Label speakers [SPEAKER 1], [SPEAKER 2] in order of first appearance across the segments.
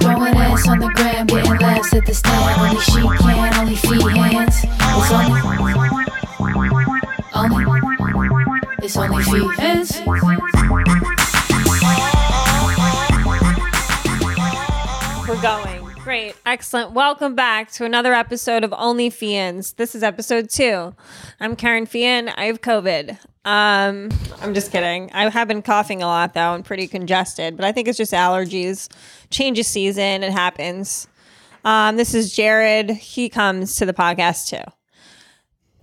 [SPEAKER 1] It's on the gram, getting laughs at this time. Only she can, only feet, hands. It's only, only, it's only feet, hands.
[SPEAKER 2] We're going. Great. Excellent. Welcome back to another episode of Only Fians. This is episode two. I'm Karen Fian. I have COVID. Um, I'm just kidding. I have been coughing a lot though and pretty congested, but I think it's just allergies. Change of season, it happens. Um, this is Jared. He comes to the podcast too.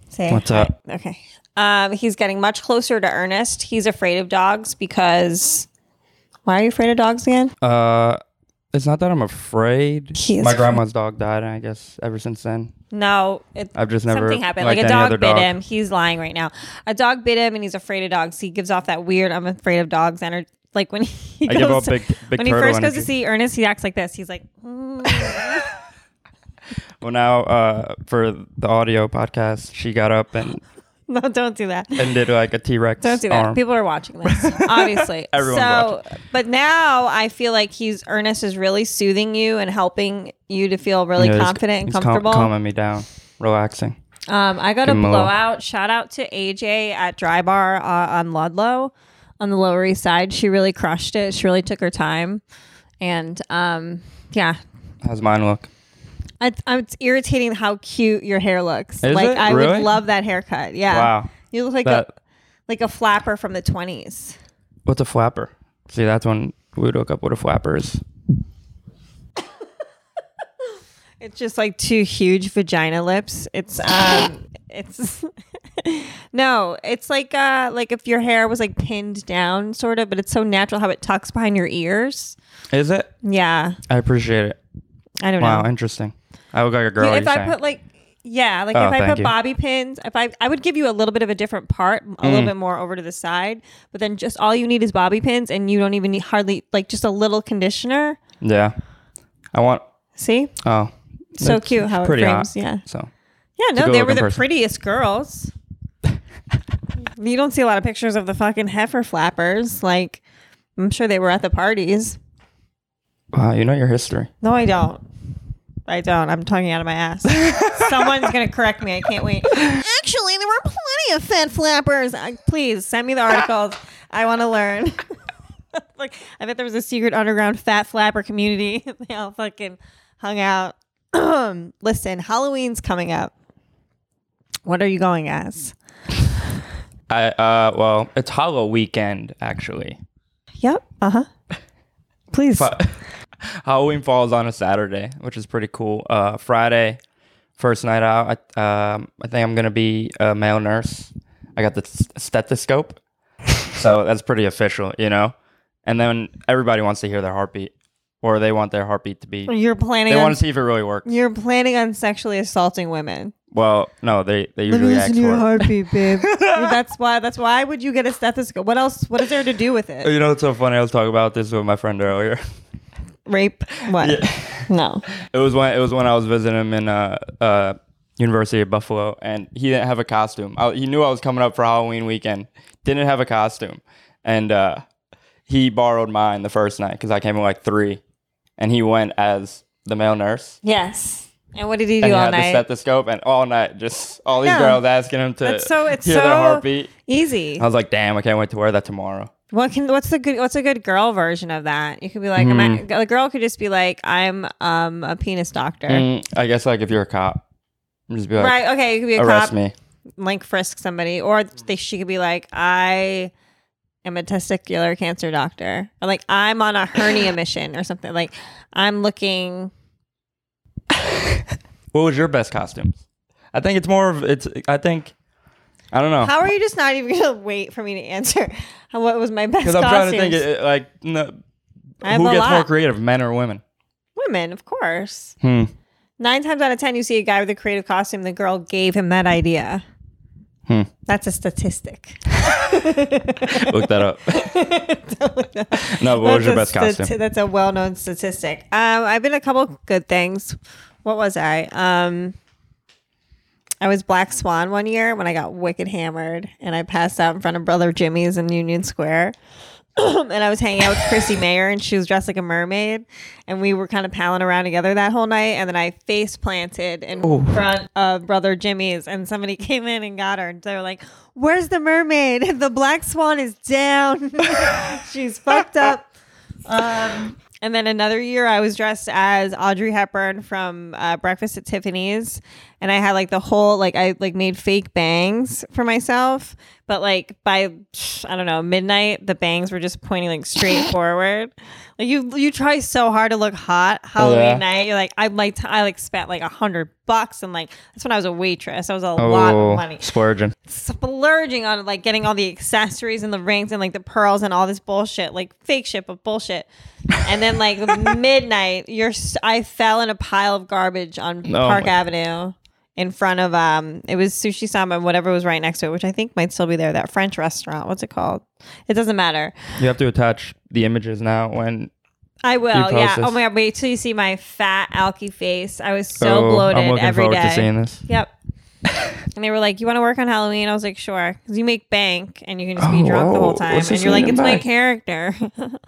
[SPEAKER 2] Say
[SPEAKER 3] What's
[SPEAKER 2] hi.
[SPEAKER 3] up?
[SPEAKER 2] Okay. Um, he's getting much closer to Ernest. He's afraid of dogs because why are you afraid of dogs again?
[SPEAKER 3] Uh, it's not that I'm afraid.
[SPEAKER 2] He is
[SPEAKER 3] My grandma's dog died, and I guess ever since then,
[SPEAKER 2] No, it,
[SPEAKER 3] I've just never
[SPEAKER 2] something happened. Like
[SPEAKER 3] liked
[SPEAKER 2] a
[SPEAKER 3] any
[SPEAKER 2] dog
[SPEAKER 3] other
[SPEAKER 2] bit him. He's lying right now. A dog bit him, and he's afraid of dogs. He gives off that weird "I'm afraid of dogs" energy. Like when he
[SPEAKER 3] I
[SPEAKER 2] goes,
[SPEAKER 3] give off big, big
[SPEAKER 2] when he
[SPEAKER 3] turtle
[SPEAKER 2] first goes to
[SPEAKER 3] energy.
[SPEAKER 2] see Ernest, he acts like this. He's like, "Mm."
[SPEAKER 3] Well, now uh, for the audio podcast, she got up and,
[SPEAKER 2] "No, don't do that."
[SPEAKER 3] and did like a T Rex.
[SPEAKER 2] Don't do that.
[SPEAKER 3] Arm.
[SPEAKER 2] People are watching this, obviously.
[SPEAKER 3] Everyone's
[SPEAKER 2] so, but now I feel like he's Ernest is really soothing you and helping you to feel really
[SPEAKER 3] Yeah, he's-
[SPEAKER 2] confident
[SPEAKER 3] he's
[SPEAKER 2] and
[SPEAKER 3] cal-
[SPEAKER 2] comfortable.
[SPEAKER 3] calming me down, relaxing.
[SPEAKER 2] Um, I got a
[SPEAKER 3] Give him a little-
[SPEAKER 2] blowout. Shout out to AJ at Dry Bar uh, on Ludlow on the Lower East Side. She really crushed it. She really took her time. And um, yeah,
[SPEAKER 3] How's mine look?
[SPEAKER 2] I, I, it's irritating how cute your hair looks.
[SPEAKER 3] Is
[SPEAKER 2] like
[SPEAKER 3] it?
[SPEAKER 2] I
[SPEAKER 3] Really?
[SPEAKER 2] would love that haircut. Yeah.
[SPEAKER 3] Wow.
[SPEAKER 2] You look like a
[SPEAKER 3] That-
[SPEAKER 2] like a flapper from the 20s.
[SPEAKER 3] What's a flapper? See, that's when we would look up what a flapper is.
[SPEAKER 2] It's just like two huge vagina lips. It's um it's no, it's like uh like if your hair was like pinned down sort of, but it's so natural how it tucks behind your ears.
[SPEAKER 3] Is it?
[SPEAKER 2] Yeah.
[SPEAKER 3] I appreciate it.
[SPEAKER 2] I don't
[SPEAKER 3] Wow,
[SPEAKER 2] know.
[SPEAKER 3] interesting. I look like a girl.
[SPEAKER 2] You-
[SPEAKER 3] you're
[SPEAKER 2] if I
[SPEAKER 3] saying.
[SPEAKER 2] put like yeah, like
[SPEAKER 3] Oh,
[SPEAKER 2] if I
[SPEAKER 3] thank
[SPEAKER 2] put
[SPEAKER 3] you.
[SPEAKER 2] bobby pins, if I I would give you a little bit of a different part, a
[SPEAKER 3] Mm.
[SPEAKER 2] little bit more over to the side, but then just all you need is bobby pins and you don't even need hardly like just a little conditioner.
[SPEAKER 3] yeah. I want.
[SPEAKER 2] See?
[SPEAKER 3] Oh.
[SPEAKER 2] So
[SPEAKER 3] it's
[SPEAKER 2] cute how it
[SPEAKER 3] pretty
[SPEAKER 2] frames.
[SPEAKER 3] hot,
[SPEAKER 2] Yeah.
[SPEAKER 3] So.
[SPEAKER 2] Yeah, no,
[SPEAKER 3] good
[SPEAKER 2] they were
[SPEAKER 3] looking
[SPEAKER 2] the
[SPEAKER 3] person.
[SPEAKER 2] prettiest girls. you don't see a lot of pictures of the fucking heifer flappers. Like, I'm sure they were at the parties.
[SPEAKER 3] Wow, you know your history.
[SPEAKER 2] No, I don't. I don't. I'm talking out of my ass. Someone's gonna correct me. I can't wait. Actually, there were plenty of fat flappers. Uh, please send me the articles. I want to learn. like, I bet there was a secret underground fat flapper community. they all fucking hung out. Listen, Halloween's coming up. What are you going as?
[SPEAKER 3] I uh well, it's Hollow weekend actually.
[SPEAKER 2] Yep. Uh huh. Please.
[SPEAKER 3] But Halloween falls on a Saturday, which is pretty cool. Uh Friday, first night out, I um I think I'm going to be a male nurse. I got the s- stethoscope. so that's pretty official, you know. And then everybody wants to hear their heartbeat or they want their heartbeat to be
[SPEAKER 2] You're planning
[SPEAKER 3] they
[SPEAKER 2] on
[SPEAKER 3] want to see if it really works.
[SPEAKER 2] you're planning on sexually assaulting women.
[SPEAKER 3] Well, no, they they usually ask for it.
[SPEAKER 2] heartbeat, babe. that's why. That's why. Would you get a stethoscope? What else? What is there to do with it?
[SPEAKER 3] You know, it's so funny. I was talking about this with my friend earlier.
[SPEAKER 2] Rape? What? No.
[SPEAKER 3] It was when it was when I was visiting him in uh, uh, University of Buffalo, and he didn't have a costume. I, he knew I was coming up for Halloween weekend, didn't have a costume, and uh, he borrowed mine the first night because I came in like three, and he went as the male nurse.
[SPEAKER 2] Yes. And what did he do
[SPEAKER 3] And he
[SPEAKER 2] all
[SPEAKER 3] had the
[SPEAKER 2] night?
[SPEAKER 3] stethoscope, and all night just all these
[SPEAKER 2] Yeah.
[SPEAKER 3] girls asking him to
[SPEAKER 2] That's so- it's
[SPEAKER 3] hear their
[SPEAKER 2] so-
[SPEAKER 3] heartbeat.
[SPEAKER 2] Easy.
[SPEAKER 3] I was like, damn, I can't wait to wear that tomorrow.
[SPEAKER 2] What can? What's the good? What's a good girl version of that? You could be
[SPEAKER 3] Hmm.
[SPEAKER 2] like, I'm a, a girl could just be like, I'm um a penis doctor.
[SPEAKER 3] Mm, I guess like if you're a cop, just be like,
[SPEAKER 2] Right. Okay. You could be a
[SPEAKER 3] arrest
[SPEAKER 2] cop,
[SPEAKER 3] me.
[SPEAKER 2] like frisk somebody, or they, she could be like, I am a testicular cancer doctor, or like I'm on a hernia mission or something. Like I'm looking
[SPEAKER 3] What was your best costumes? I think it's more of it's. I think I don't know
[SPEAKER 2] How are you just not even gonna wait for me to answer? How- What was my best?
[SPEAKER 3] because I'm trying to think
[SPEAKER 2] costumes?
[SPEAKER 3] it, it, like no,
[SPEAKER 2] I have
[SPEAKER 3] who
[SPEAKER 2] a
[SPEAKER 3] gets
[SPEAKER 2] lot.
[SPEAKER 3] more creative, men or women?
[SPEAKER 2] Women, of course.
[SPEAKER 3] Hmm.
[SPEAKER 2] Nine times out of ten, you see a guy with a creative costume. The girl gave him that idea.
[SPEAKER 3] Hmm.
[SPEAKER 2] That's a statistic.
[SPEAKER 3] Look that up. no, but what was your best costume?
[SPEAKER 2] That's a well-known statistic. Um, I've been a couple good things. What was I? Um, I was Black Swan one year when I got wicked hammered and I passed out in front of Brother Jimmy's in Union Square. and I was hanging out with Chrissy Mayer, and she was dressed like a mermaid, and we were kind of palling around together that whole night. And then I face planted in front of Brother Jimmy's, and somebody came in and got her, and they were like, "Where's the mermaid? The black swan is down. She's fucked up." Um, and then another year, I was dressed as Audrey Hepburn from uh, Breakfast at Tiffany's, and I had like the whole like I like made fake bangs for myself, but like by I don't know midnight, the bangs were just pointing like straight forward. Like you, you try so hard to look hot Halloween
[SPEAKER 3] Yeah.
[SPEAKER 2] night. You're like I like t- I like spent like a hundred bucks, and like that's when I was a waitress. I was a lot
[SPEAKER 3] Oh.
[SPEAKER 2] of money
[SPEAKER 3] splurging.
[SPEAKER 2] splurging on like getting all the accessories and the rings and like the pearls and all this bullshit, like fake shit, but bullshit. And then like midnight, you're s- I fell in a pile of garbage on Park
[SPEAKER 3] Oh my-
[SPEAKER 2] Avenue in front of um it was sushi sama whatever was right next to it which i think might still be there that french restaurant what's it called it doesn't matter
[SPEAKER 3] You have to attach the images now when
[SPEAKER 2] i will yeah
[SPEAKER 3] post this.
[SPEAKER 2] oh my god wait till you see my fat alky face i was so
[SPEAKER 3] Oh,
[SPEAKER 2] bloated
[SPEAKER 3] I'm looking
[SPEAKER 2] every
[SPEAKER 3] forward
[SPEAKER 2] day.
[SPEAKER 3] to seeing this.
[SPEAKER 2] Yep. and they were like, "You want to work on Halloween?" I was like, "Sure," because you make bank and you can just be
[SPEAKER 3] Oh,
[SPEAKER 2] drunk the whole
[SPEAKER 3] whoa.
[SPEAKER 2] time.
[SPEAKER 3] What's
[SPEAKER 2] And
[SPEAKER 3] this
[SPEAKER 2] you're like,
[SPEAKER 3] mean
[SPEAKER 2] "It's my
[SPEAKER 3] by-
[SPEAKER 2] character."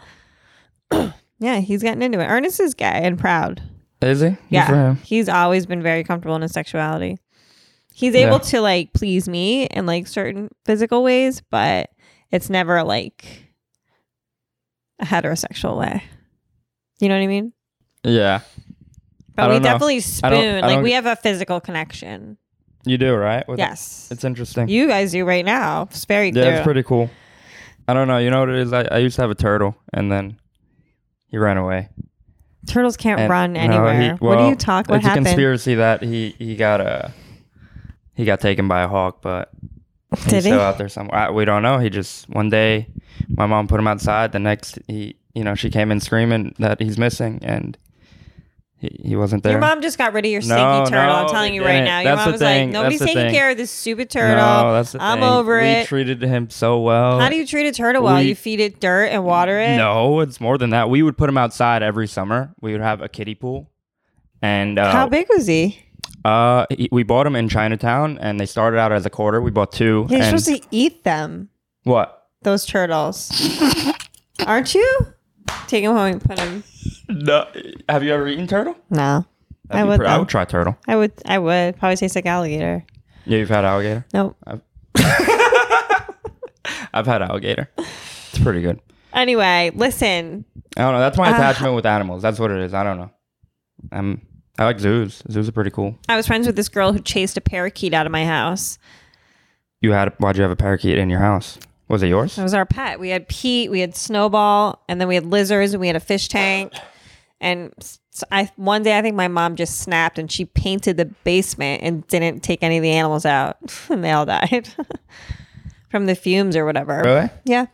[SPEAKER 2] yeah, he's gotten into it. Ernest is gay and proud.
[SPEAKER 3] Is he? Good for
[SPEAKER 2] Yeah,
[SPEAKER 3] him.
[SPEAKER 2] he's always been very comfortable in his sexuality. He's able
[SPEAKER 3] Yeah.
[SPEAKER 2] to like please me in like certain physical ways, but it's never like a heterosexual way. You know what I mean?
[SPEAKER 3] Yeah. I
[SPEAKER 2] But we
[SPEAKER 3] don't know.
[SPEAKER 2] definitely
[SPEAKER 3] I
[SPEAKER 2] spoon.
[SPEAKER 3] don't- I
[SPEAKER 2] like
[SPEAKER 3] don't-
[SPEAKER 2] we have a physical connection.
[SPEAKER 3] You do, right? With-
[SPEAKER 2] Yes.
[SPEAKER 3] It's interesting.
[SPEAKER 2] you guys do right now. It's very
[SPEAKER 3] yeah,
[SPEAKER 2] clear.
[SPEAKER 3] it's pretty cool. I don't know. You know what it is? I, I used to have a turtle and then he ran away.
[SPEAKER 2] Turtles can't
[SPEAKER 3] And-
[SPEAKER 2] run
[SPEAKER 3] no,
[SPEAKER 2] anywhere.
[SPEAKER 3] he-
[SPEAKER 2] what do
[SPEAKER 3] well,
[SPEAKER 2] you talk? What
[SPEAKER 3] it's
[SPEAKER 2] happened?
[SPEAKER 3] a conspiracy that he he got uh he got taken by a hawk, but he's
[SPEAKER 2] Did he?
[SPEAKER 3] still out there somewhere. I, we don't know. He just one day my mom put him outside. The next he you know she came in screaming that he's missing and he, he wasn't there.
[SPEAKER 2] Your mom just got rid of your stinky
[SPEAKER 3] No,
[SPEAKER 2] turtle. I'm
[SPEAKER 3] no,
[SPEAKER 2] telling
[SPEAKER 3] they
[SPEAKER 2] you right
[SPEAKER 3] didn't.
[SPEAKER 2] now. Your
[SPEAKER 3] That's
[SPEAKER 2] mom
[SPEAKER 3] the
[SPEAKER 2] was
[SPEAKER 3] thing.
[SPEAKER 2] like,
[SPEAKER 3] That's
[SPEAKER 2] nobody's
[SPEAKER 3] the
[SPEAKER 2] taking
[SPEAKER 3] thing.
[SPEAKER 2] care of this stupid turtle.
[SPEAKER 3] no, that's the
[SPEAKER 2] I'm
[SPEAKER 3] thing.
[SPEAKER 2] over
[SPEAKER 3] we
[SPEAKER 2] it.
[SPEAKER 3] treated him so well.
[SPEAKER 2] How do you treat a turtle well?
[SPEAKER 3] We-
[SPEAKER 2] you feed it dirt and water it?
[SPEAKER 3] No, it's more than that. We would put him outside every summer. We would have a kiddie pool, and uh,
[SPEAKER 2] How big was he?
[SPEAKER 3] Uh, he- we bought them in Chinatown, and they started out as a quarter. We bought two.
[SPEAKER 2] You're
[SPEAKER 3] and
[SPEAKER 2] supposed to eat them,
[SPEAKER 3] what?
[SPEAKER 2] those turtles. Aren't you? Take him home and put him.
[SPEAKER 3] No, have you ever eaten turtle?
[SPEAKER 2] No. I
[SPEAKER 3] That'd be
[SPEAKER 2] would,
[SPEAKER 3] pretty- I
[SPEAKER 2] though.
[SPEAKER 3] would try turtle.
[SPEAKER 2] I would. I would probably taste like alligator.
[SPEAKER 3] Yeah, you've had alligator.
[SPEAKER 2] Nope.
[SPEAKER 3] I've had alligator. It's pretty good.
[SPEAKER 2] Anyway, listen.
[SPEAKER 3] I don't know. That's my attachment with animals. That's what it is. I don't know. Um, I like zoos. Zoos are pretty cool.
[SPEAKER 2] I was friends with this girl who chased a parakeet out of my house.
[SPEAKER 3] You had? Why'd you have a parakeet in your house? Was it yours?
[SPEAKER 2] That was our pet. We had Pete, we had Snowball, and then we had lizards, and we had a fish tank. And s- I one day I think my mom just snapped and she painted the basement and didn't take any of the animals out, and they all died from the fumes or whatever.
[SPEAKER 3] Really?
[SPEAKER 2] Yeah.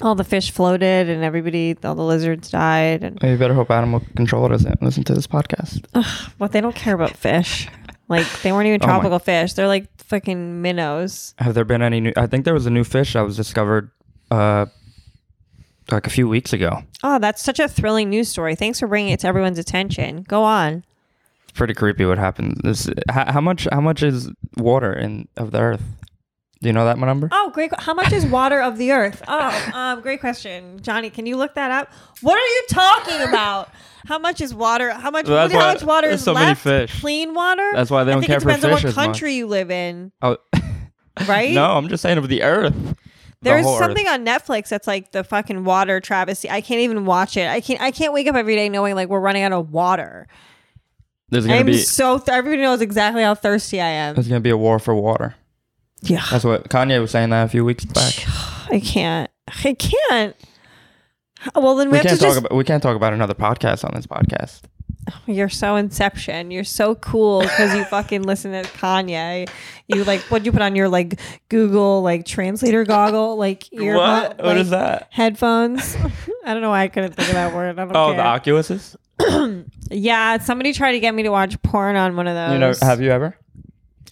[SPEAKER 2] All the fish floated, and everybody, all the lizards died, and
[SPEAKER 3] Well, You better hope animal control doesn't listen to this podcast.
[SPEAKER 2] what they don't care about fish. Like they weren't even
[SPEAKER 3] Oh my-
[SPEAKER 2] tropical fish; they're like fucking minnows.
[SPEAKER 3] Have there been any new? I think there was a new fish that was discovered, uh, like a few weeks ago.
[SPEAKER 2] Oh, that's such a thrilling news story. Thanks for bringing it to everyone's attention. Go on.
[SPEAKER 3] It's pretty creepy what happened. This, how, how much? How much is water in of the Earth? Do you know that number?
[SPEAKER 2] Oh, great. que- How much is water of the earth? Oh, um, great question. Johnny, can you look that up? What are you talking about? How much is water? How much,
[SPEAKER 3] Well, that's
[SPEAKER 2] how
[SPEAKER 3] why
[SPEAKER 2] much water
[SPEAKER 3] there's
[SPEAKER 2] is
[SPEAKER 3] so many
[SPEAKER 2] left?
[SPEAKER 3] fish.
[SPEAKER 2] Clean water?
[SPEAKER 3] That's why they
[SPEAKER 2] I
[SPEAKER 3] don't
[SPEAKER 2] think
[SPEAKER 3] care
[SPEAKER 2] it
[SPEAKER 3] for
[SPEAKER 2] depends on
[SPEAKER 3] fish
[SPEAKER 2] what
[SPEAKER 3] as much.
[SPEAKER 2] country you live in,
[SPEAKER 3] Oh,
[SPEAKER 2] right?
[SPEAKER 3] no, I'm just saying of the Earth. The
[SPEAKER 2] There's
[SPEAKER 3] whole Earth.
[SPEAKER 2] something on Netflix that's like the fucking water travesty. I can't even watch it. I can't I can't wake up every day knowing like we're running out of water.
[SPEAKER 3] There's gonna
[SPEAKER 2] I'm
[SPEAKER 3] be.
[SPEAKER 2] so th- everybody knows exactly how thirsty I am.
[SPEAKER 3] there's gonna be a war for water.
[SPEAKER 2] Yeah.
[SPEAKER 3] That's what Kanye was saying that a few weeks back.
[SPEAKER 2] I can't. I can't. Well, then we,
[SPEAKER 3] We
[SPEAKER 2] have to
[SPEAKER 3] can't talk
[SPEAKER 2] just.
[SPEAKER 3] about. We can't talk about another podcast on this podcast.
[SPEAKER 2] you're so Inception. You're so cool because you fucking listen to Kanye. You like what you put on your like Google like translator goggle like ear.
[SPEAKER 3] What? What is that?
[SPEAKER 2] Headphones. I don't know why I couldn't think of that word. I don't
[SPEAKER 3] Oh,
[SPEAKER 2] care.
[SPEAKER 3] the Oculuses.
[SPEAKER 2] yeah, somebody tried to get me to watch porn on one of those.
[SPEAKER 3] You know? Have you ever?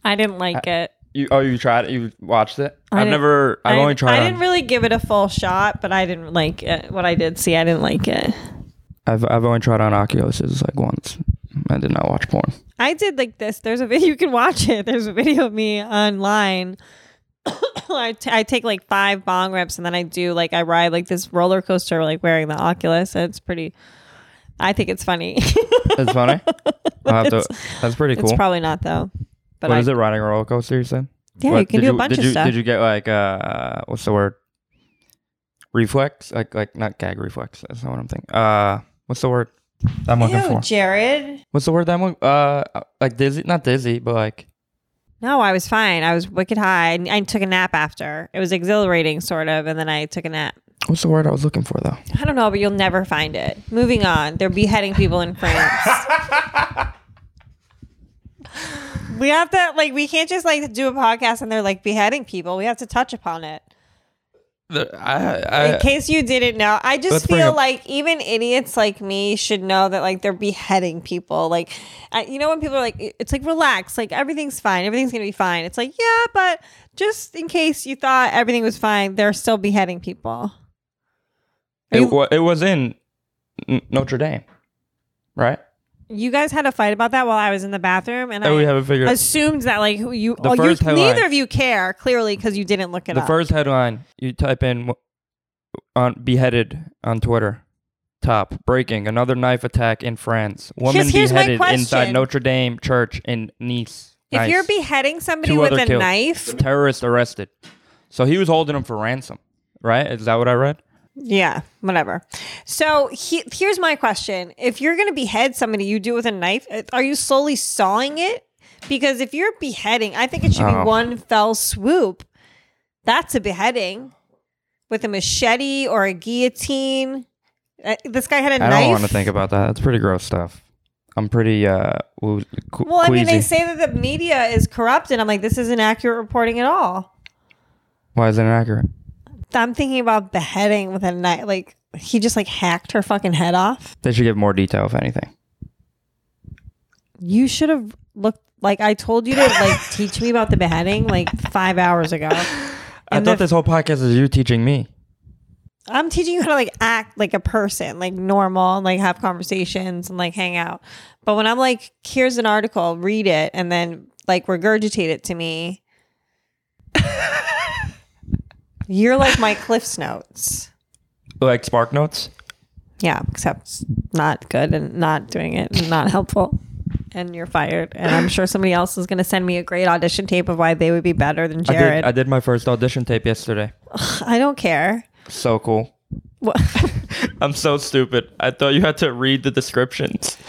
[SPEAKER 2] I didn't like it.
[SPEAKER 3] You oh you tried it? You watched it?
[SPEAKER 2] I
[SPEAKER 3] I've
[SPEAKER 2] didn't-
[SPEAKER 3] never. I've
[SPEAKER 2] I-
[SPEAKER 3] only tried.
[SPEAKER 2] I
[SPEAKER 3] on-
[SPEAKER 2] didn't really give it a full shot, but I didn't like it. What I did see, I didn't like it.
[SPEAKER 3] I've I've only tried on Oculuses like once. I did not watch porn.
[SPEAKER 2] I did like this. There's a video you can watch it. There's a video of me online I, t- I take like five bong rips and then I do like I ride like this roller coaster like wearing the Oculus. And it's pretty. I think it's funny.
[SPEAKER 3] That's funny. I'll have to, that's pretty cool.
[SPEAKER 2] it's probably not though. But
[SPEAKER 3] what
[SPEAKER 2] I,
[SPEAKER 3] is it riding a roller coaster? You said.
[SPEAKER 2] Yeah,
[SPEAKER 3] What-
[SPEAKER 2] you can
[SPEAKER 3] did
[SPEAKER 2] do a bunch
[SPEAKER 3] did
[SPEAKER 2] of
[SPEAKER 3] you,
[SPEAKER 2] stuff.
[SPEAKER 3] Did you get like uh, what's the word? Reflex, like like not gag reflex. That's not what I'm thinking. Uh, what's the word I'm looking
[SPEAKER 2] Ew,
[SPEAKER 3] for?
[SPEAKER 2] Jared.
[SPEAKER 3] What's the word that I'm look- uh like dizzy? Not dizzy, but like
[SPEAKER 2] No, I was fine. I was wicked high. I, I took a nap after. It was exhilarating, sort of, and then I took a nap.
[SPEAKER 3] what's the word I was looking for though?
[SPEAKER 2] I don't know, but you'll never find it. Moving on. They're beheading people in France. we have to like we can't just like do a podcast and they're like beheading people. We have to touch upon it.
[SPEAKER 3] The- I,
[SPEAKER 2] in case you didn't know, I
[SPEAKER 3] Uh, Let's
[SPEAKER 2] just
[SPEAKER 3] bring
[SPEAKER 2] feel
[SPEAKER 3] up-
[SPEAKER 2] like even idiots like me should know that like they're beheading people. Like, I, you know, when people are like, it- it's like relax, like everything's fine, everything's gonna be fine. It's like, yeah, but just in case you thought everything was fine, they're still beheading people.
[SPEAKER 3] I
[SPEAKER 2] you-
[SPEAKER 3] it, wa- it was in N- Notre Dame, right?
[SPEAKER 2] You guys had a fight about that while I was in the bathroom, and
[SPEAKER 3] Oh, we
[SPEAKER 2] I
[SPEAKER 3] haven't figured.
[SPEAKER 2] assumed that like who you,
[SPEAKER 3] The
[SPEAKER 2] oh, you
[SPEAKER 3] first headline-
[SPEAKER 2] neither of you care clearly because you didn't look it
[SPEAKER 3] the
[SPEAKER 2] up.
[SPEAKER 3] first headline you type in wh- on beheaded on Twitter. Top breaking another knife attack in France. Woman
[SPEAKER 2] Here's- here's my
[SPEAKER 3] beheaded inside
[SPEAKER 2] question.
[SPEAKER 3] Notre Dame church in Nice.
[SPEAKER 2] if
[SPEAKER 3] Nice.
[SPEAKER 2] you're beheading somebody
[SPEAKER 3] Two
[SPEAKER 2] with
[SPEAKER 3] other
[SPEAKER 2] a
[SPEAKER 3] killed.
[SPEAKER 2] knife,
[SPEAKER 3] terrorist arrested, so he was holding him for ransom, right? Is that what I read?
[SPEAKER 2] Yeah, whatever. So he, here's my question: If you're going to behead somebody, you do it with a knife. Uh, Are you slowly sawing it? Because if you're beheading, I think it should
[SPEAKER 3] Oh.
[SPEAKER 2] be one fell swoop. That's a beheading with a machete or a guillotine. Uh, this guy had a
[SPEAKER 3] I
[SPEAKER 2] knife.
[SPEAKER 3] don't want to think about that. That's pretty gross stuff. I'm pretty uh. Woo- qu-
[SPEAKER 2] Well, I mean, they
[SPEAKER 3] queasy.
[SPEAKER 2] say that the media is corrupt, and I'm like, this isn't accurate reporting at all.
[SPEAKER 3] Why is it inaccurate?
[SPEAKER 2] I'm thinking about beheading with a knife. Like he just like hacked her fucking head off.
[SPEAKER 3] They should give more detail, if anything.
[SPEAKER 2] You should have looked like I told you to like teach me about the beheading like five hours ago.
[SPEAKER 3] I
[SPEAKER 2] And
[SPEAKER 3] thought
[SPEAKER 2] the-
[SPEAKER 3] this whole podcast is you teaching me.
[SPEAKER 2] I'm teaching you how to like act like a person, like normal, and like have conversations and like hang out. But when I'm like, here's an article, read it, and then like regurgitate it to me, you're like my Cliff's Notes.
[SPEAKER 3] Like Spark Notes?
[SPEAKER 2] Yeah, except not good and not doing it and not helpful. And you're fired. And I'm sure somebody else is going to send me a great audition tape of why they would be better than
[SPEAKER 3] I
[SPEAKER 2] Jared.
[SPEAKER 3] did, I did my first audition tape yesterday.
[SPEAKER 2] I don't care.
[SPEAKER 3] So cool.
[SPEAKER 2] What?
[SPEAKER 3] I'm so stupid. I thought you had to read the descriptions.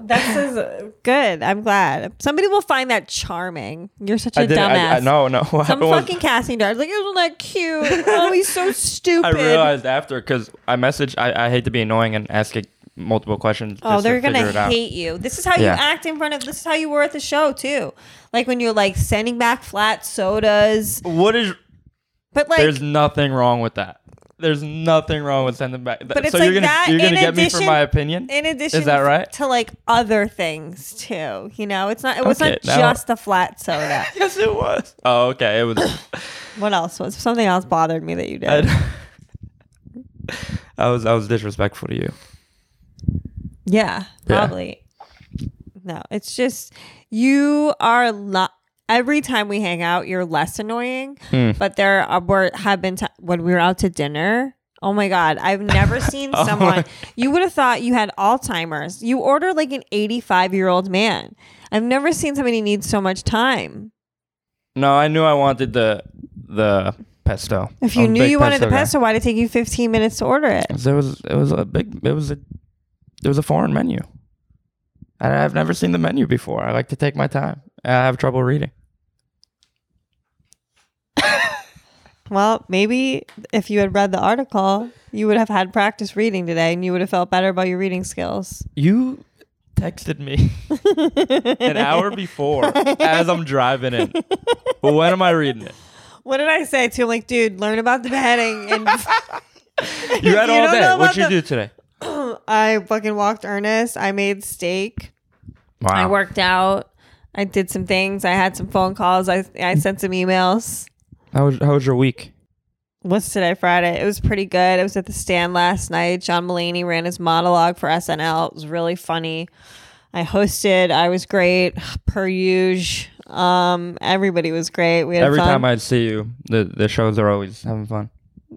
[SPEAKER 2] This is good. I'm glad somebody will find that charming. You're such a
[SPEAKER 3] I did.
[SPEAKER 2] dumbass.
[SPEAKER 3] I, I, no, no. What
[SPEAKER 2] Some
[SPEAKER 3] happened was-
[SPEAKER 2] fucking casting director like, isn't that cute? Oh, he's so stupid.
[SPEAKER 3] I realized after because I messaged. I, I hate to be annoying and ask it multiple questions.
[SPEAKER 2] Oh,
[SPEAKER 3] just to
[SPEAKER 2] they're
[SPEAKER 3] figure
[SPEAKER 2] gonna
[SPEAKER 3] it out.
[SPEAKER 2] hate you. This is how
[SPEAKER 3] Yeah.
[SPEAKER 2] you act in front of. This is how you were at the show too. Like when you're like sending back flat sodas,
[SPEAKER 3] What is?
[SPEAKER 2] but like
[SPEAKER 3] there's nothing wrong with that. There's nothing wrong with sending back.
[SPEAKER 2] But it's
[SPEAKER 3] so
[SPEAKER 2] like
[SPEAKER 3] you're gonna
[SPEAKER 2] that
[SPEAKER 3] you're gonna
[SPEAKER 2] in
[SPEAKER 3] get me
[SPEAKER 2] addition-
[SPEAKER 3] for my opinion.
[SPEAKER 2] in addition
[SPEAKER 3] is that right?
[SPEAKER 2] to like other things too. You know, it's not. It was
[SPEAKER 3] Okay,
[SPEAKER 2] not
[SPEAKER 3] now-
[SPEAKER 2] just the flat soda.
[SPEAKER 3] yes, it was. Oh, okay. It was.
[SPEAKER 2] what else was something else bothered me that you did?
[SPEAKER 3] I, I was I was disrespectful to you.
[SPEAKER 2] Yeah,
[SPEAKER 3] Yeah.
[SPEAKER 2] probably. No, it's just you are lo- every time we hang out, you're less annoying.
[SPEAKER 3] Hmm.
[SPEAKER 2] But there are were have been t- when we were out to dinner. Oh my god, I've never seen
[SPEAKER 3] Oh my-
[SPEAKER 2] someone. You would have thought you had Alzheimer's. You order like an 85 year old man. I've never seen somebody need so much time.
[SPEAKER 3] No, I knew I wanted the the pesto.
[SPEAKER 2] If
[SPEAKER 3] I'm
[SPEAKER 2] you
[SPEAKER 3] a
[SPEAKER 2] knew
[SPEAKER 3] big
[SPEAKER 2] you wanted the
[SPEAKER 3] guy.
[SPEAKER 2] pesto, why did it take you 15 minutes to order it?
[SPEAKER 3] There was it was a big it was a it was a foreign menu. And I've never seen the menu before. I like to take my time. I have trouble reading.
[SPEAKER 2] Well, maybe if you had read the article, you would have had practice reading today and you would have felt better about your reading skills.
[SPEAKER 3] You texted me an hour before as I'm driving in. But when am I reading it?
[SPEAKER 2] What did I say to him? Like, dude, learn about the beheading. And
[SPEAKER 3] You had
[SPEAKER 2] You
[SPEAKER 3] all
[SPEAKER 2] don't
[SPEAKER 3] day.
[SPEAKER 2] know
[SPEAKER 3] What'd you
[SPEAKER 2] about
[SPEAKER 3] do today?
[SPEAKER 2] I fucking walked earnest. I made steak.
[SPEAKER 3] Wow.
[SPEAKER 2] I worked out. I did some things. I had some phone calls. I, I sent some emails.
[SPEAKER 3] How was how was your week?
[SPEAKER 2] What's today, Friday? It was pretty good. I was at the stand last night. John Mulaney ran his monologue for SNL. It was really funny. I hosted. I was great, per usual. Um, everybody was great. We had
[SPEAKER 3] Every
[SPEAKER 2] fun.
[SPEAKER 3] time I see you, the, the shows are always having fun.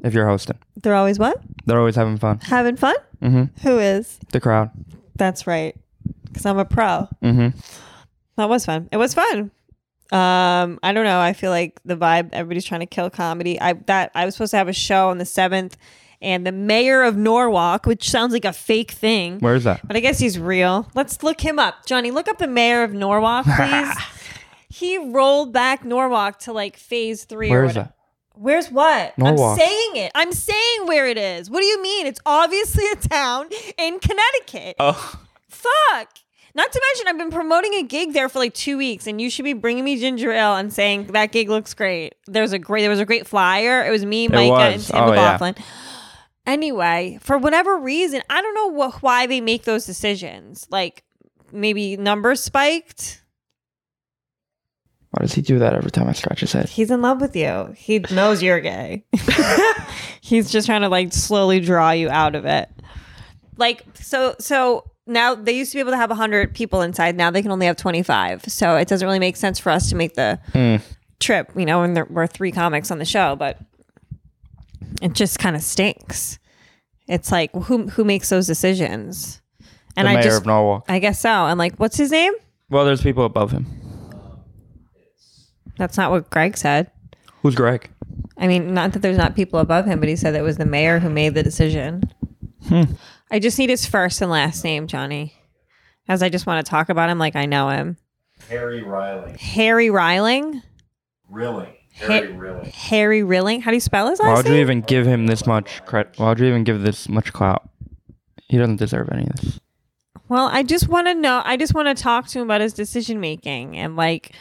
[SPEAKER 3] If you're hosting,
[SPEAKER 2] They're always what?
[SPEAKER 3] they're always having fun.
[SPEAKER 2] Having fun?
[SPEAKER 3] hmm
[SPEAKER 2] Who is?
[SPEAKER 3] The crowd.
[SPEAKER 2] That's right. Because I'm a pro.
[SPEAKER 3] hmm
[SPEAKER 2] That was fun. It was fun. Um, I don't know. I feel like the vibe. Everybody's trying to kill comedy. I that I was supposed to have a show on the seventh, and the mayor of Norwalk, which sounds like a fake thing,
[SPEAKER 3] Where is that?
[SPEAKER 2] but I guess he's real. Let's look him up, Johnny. Look up the mayor of Norwalk, please. he rolled back Norwalk to like phase three. or
[SPEAKER 3] Where is
[SPEAKER 2] whatever.
[SPEAKER 3] that?
[SPEAKER 2] Where's what?
[SPEAKER 3] Norwalk.
[SPEAKER 2] I'm saying it. I'm saying where it is. What do you mean? It's obviously a town in Connecticut.
[SPEAKER 3] Oh,
[SPEAKER 2] Fuck. Not to mention, I've been promoting a gig there for like two weeks, and you should be bringing me ginger ale and saying that gig looks great. There's a great, there was a great flyer. It was me, Micah, and
[SPEAKER 3] was.
[SPEAKER 2] Tim
[SPEAKER 3] Oh, yeah.
[SPEAKER 2] McLaughlin. Anyway, for whatever reason, I don't know wh- why they make those decisions. Like maybe numbers spiked.
[SPEAKER 3] why does he do that every time I scratch his head?
[SPEAKER 2] He's in love with you. He knows you're gay. He's just trying to like slowly draw you out of it. Like so so now they used to be able to have 100 people inside. Now they can only have 25. So it doesn't really make sense for us to make the
[SPEAKER 3] Hmm.
[SPEAKER 2] trip, you know, and there were three comics on the show, but it just kind of stinks. It's like who who makes those decisions? And
[SPEAKER 3] the
[SPEAKER 2] I
[SPEAKER 3] mayor
[SPEAKER 2] just
[SPEAKER 3] of Norwalk.
[SPEAKER 2] I guess so. And like what's his name?
[SPEAKER 3] Well, there's people above him.
[SPEAKER 2] That's not what Greg said.
[SPEAKER 3] Who's Greg?
[SPEAKER 2] I mean, not that there's not people above him, but he said that it was the mayor who made the decision. I just need his first and last name, Johnny, as I just want to talk about him like I know him.
[SPEAKER 4] Harry Riley.
[SPEAKER 2] Harry Riling?
[SPEAKER 4] Rilling.
[SPEAKER 2] Hey-
[SPEAKER 4] Harry Rilling.
[SPEAKER 2] Harry Rilling? How do you spell his
[SPEAKER 3] Why
[SPEAKER 2] last
[SPEAKER 3] would you
[SPEAKER 2] name?
[SPEAKER 3] even give him this much credit? Why would you even give this much clout? He doesn't deserve any of this.
[SPEAKER 2] Well, I just want to know. I just want to talk to him about his decision making and like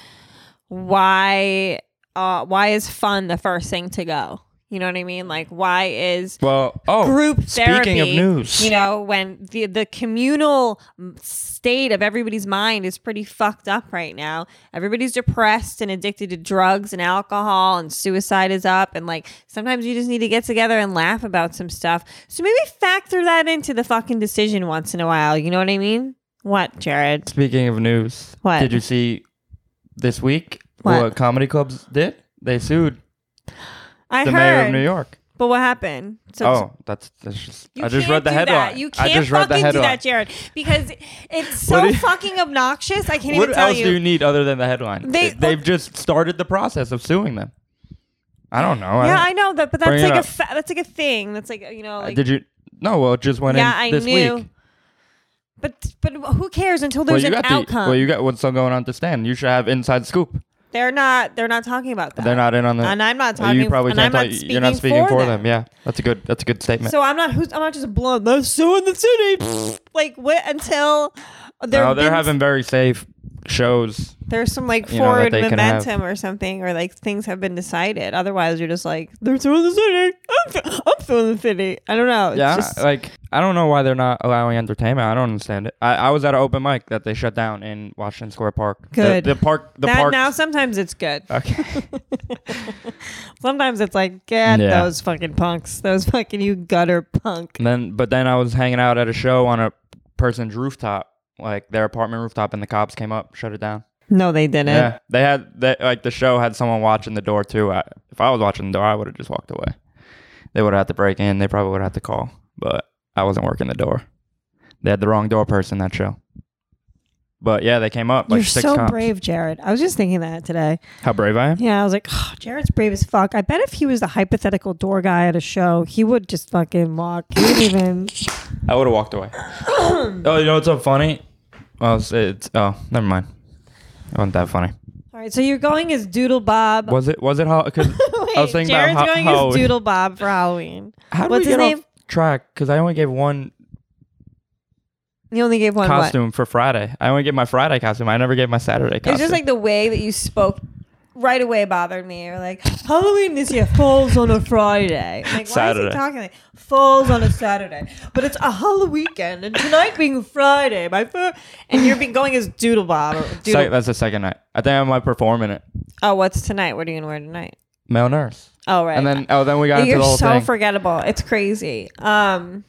[SPEAKER 2] why uh, why is fun the first thing to go? You know what I mean? Like why is
[SPEAKER 3] Well, oh,
[SPEAKER 2] group
[SPEAKER 3] speaking
[SPEAKER 2] therapy.
[SPEAKER 3] of news,
[SPEAKER 2] you know, when the the communal state of everybody's mind is pretty fucked up right now. Everybody's depressed and addicted to drugs and alcohol, and suicide is up. And like sometimes you just need to get together and laugh about some stuff. So maybe factor that into the fucking decision once in a while. You know what I mean? What, Jared?
[SPEAKER 3] Speaking of news,
[SPEAKER 2] What?
[SPEAKER 3] did you see this week?
[SPEAKER 2] What?
[SPEAKER 3] What, comedy clubs did? They sued
[SPEAKER 2] I
[SPEAKER 3] the
[SPEAKER 2] heard,
[SPEAKER 3] mayor of New York.
[SPEAKER 2] but what happened? So
[SPEAKER 3] oh, that's, that's just.
[SPEAKER 2] You
[SPEAKER 3] I just
[SPEAKER 2] can't
[SPEAKER 3] read the
[SPEAKER 2] do
[SPEAKER 3] headline.
[SPEAKER 2] That. You can't
[SPEAKER 3] I just
[SPEAKER 2] fucking
[SPEAKER 3] read the headline.
[SPEAKER 2] do that, Jared, because it's so
[SPEAKER 3] What do you-
[SPEAKER 2] fucking obnoxious. I can't
[SPEAKER 3] what
[SPEAKER 2] even tell
[SPEAKER 3] else do you need other than the headline?
[SPEAKER 2] They-
[SPEAKER 3] They, have just started the process of suing them. I don't know.
[SPEAKER 2] Yeah,
[SPEAKER 3] I,
[SPEAKER 2] I know that, but
[SPEAKER 3] Bring
[SPEAKER 2] that's
[SPEAKER 3] it
[SPEAKER 2] like a
[SPEAKER 3] up.
[SPEAKER 2] fa- that's like a thing. That's like you know, like
[SPEAKER 3] did you? No, well, it just went
[SPEAKER 2] yeah,
[SPEAKER 3] in
[SPEAKER 2] I
[SPEAKER 3] this
[SPEAKER 2] knew.
[SPEAKER 3] week.
[SPEAKER 2] But but who cares until
[SPEAKER 3] Well,
[SPEAKER 2] there's
[SPEAKER 3] you
[SPEAKER 2] an
[SPEAKER 3] got the,
[SPEAKER 2] outcome?
[SPEAKER 3] well, you got what's still going on to stand. You should have inside scoop.
[SPEAKER 2] they're not they're not talking about that.
[SPEAKER 3] They're not in on the.
[SPEAKER 2] And I'm not
[SPEAKER 3] Uh,
[SPEAKER 2] talking.
[SPEAKER 3] You probably
[SPEAKER 2] and
[SPEAKER 3] can't
[SPEAKER 2] I'm
[SPEAKER 3] talk,
[SPEAKER 2] not speaking
[SPEAKER 3] you're not speaking
[SPEAKER 2] for
[SPEAKER 3] them. Yeah, that's a good. That's a good statement.
[SPEAKER 2] So I'm not who's I'm not just blunt. They're suing the city. like what until there
[SPEAKER 3] no, they're having very safe shows.
[SPEAKER 2] there's some like
[SPEAKER 3] you know, that
[SPEAKER 2] forward
[SPEAKER 3] they can have.
[SPEAKER 2] momentum or something or like things have been decided. Otherwise, you're just like they're suing the city. I'm su- I'm suing the city. I don't know. It's
[SPEAKER 3] Yeah,
[SPEAKER 2] just-
[SPEAKER 3] like I don't know why they're not allowing entertainment. I don't understand it. I, I was at an open mic that they shut down in Washington Square Park. The-
[SPEAKER 2] Good.
[SPEAKER 3] The, park. The
[SPEAKER 2] that
[SPEAKER 3] park.
[SPEAKER 2] now sometimes it's good.
[SPEAKER 3] okay.
[SPEAKER 2] Sometimes it's like, get
[SPEAKER 3] Yeah.
[SPEAKER 2] those fucking punks, those fucking you gutter punk.
[SPEAKER 3] And then, but then I was hanging out at a show on a person's rooftop, like their apartment rooftop, and the cops came up, shut it down.
[SPEAKER 2] No, they didn't.
[SPEAKER 3] Yeah, they had that. Like the show had someone watching the door too. I, if I was watching the door, I would have just walked away. They would have had to break in. They probably would have to call, but I wasn't working the door. They had the wrong door person that show. But yeah, they came up like
[SPEAKER 2] You're
[SPEAKER 3] six
[SPEAKER 2] so
[SPEAKER 3] cops.
[SPEAKER 2] brave, Jared. I was just thinking that today.
[SPEAKER 3] How brave I am!
[SPEAKER 2] Yeah, I was like, oh, Jared's brave as fuck. I bet if he was the hypothetical door guy at a show, he would just fucking walk. He would even.
[SPEAKER 3] I would have walked away. oh, you know what's so funny? Well, it's, it's oh, never mind. It wasn't that funny.
[SPEAKER 2] All right, so you're going as Doodle Bob.
[SPEAKER 3] Was it? Was it how? Because I was
[SPEAKER 2] Wait,
[SPEAKER 3] thinking
[SPEAKER 2] Jared's
[SPEAKER 3] about how,
[SPEAKER 2] going
[SPEAKER 3] how
[SPEAKER 2] as Doodle Bob for Halloween.
[SPEAKER 3] how did
[SPEAKER 2] What's
[SPEAKER 3] we
[SPEAKER 2] his
[SPEAKER 3] get
[SPEAKER 2] name?
[SPEAKER 3] off track? Because I only gave one
[SPEAKER 2] You only gave one what?
[SPEAKER 3] costume for Friday. I only gave my Friday costume. I never gave my Saturday costume.
[SPEAKER 2] It's just like the way that you spoke right away bothered me. You're like, Halloween this year falls on a Friday. I'm like, why is
[SPEAKER 3] Saturday.
[SPEAKER 2] he talking like falls on a Saturday? But it's a Halloween weekend, and tonight being Friday, my fir- and you're being going as Doodle Bob. Or
[SPEAKER 3] Se-
[SPEAKER 2] Doodle-
[SPEAKER 3] that's the second night. I think I might perform in it.
[SPEAKER 2] oh, what's tonight? What are you gonna wear tonight?
[SPEAKER 3] Male nurse.
[SPEAKER 2] Oh, right.
[SPEAKER 3] And then oh, then we got into
[SPEAKER 2] you're
[SPEAKER 3] the whole
[SPEAKER 2] so
[SPEAKER 3] thing.
[SPEAKER 2] forgettable. It's crazy. Um,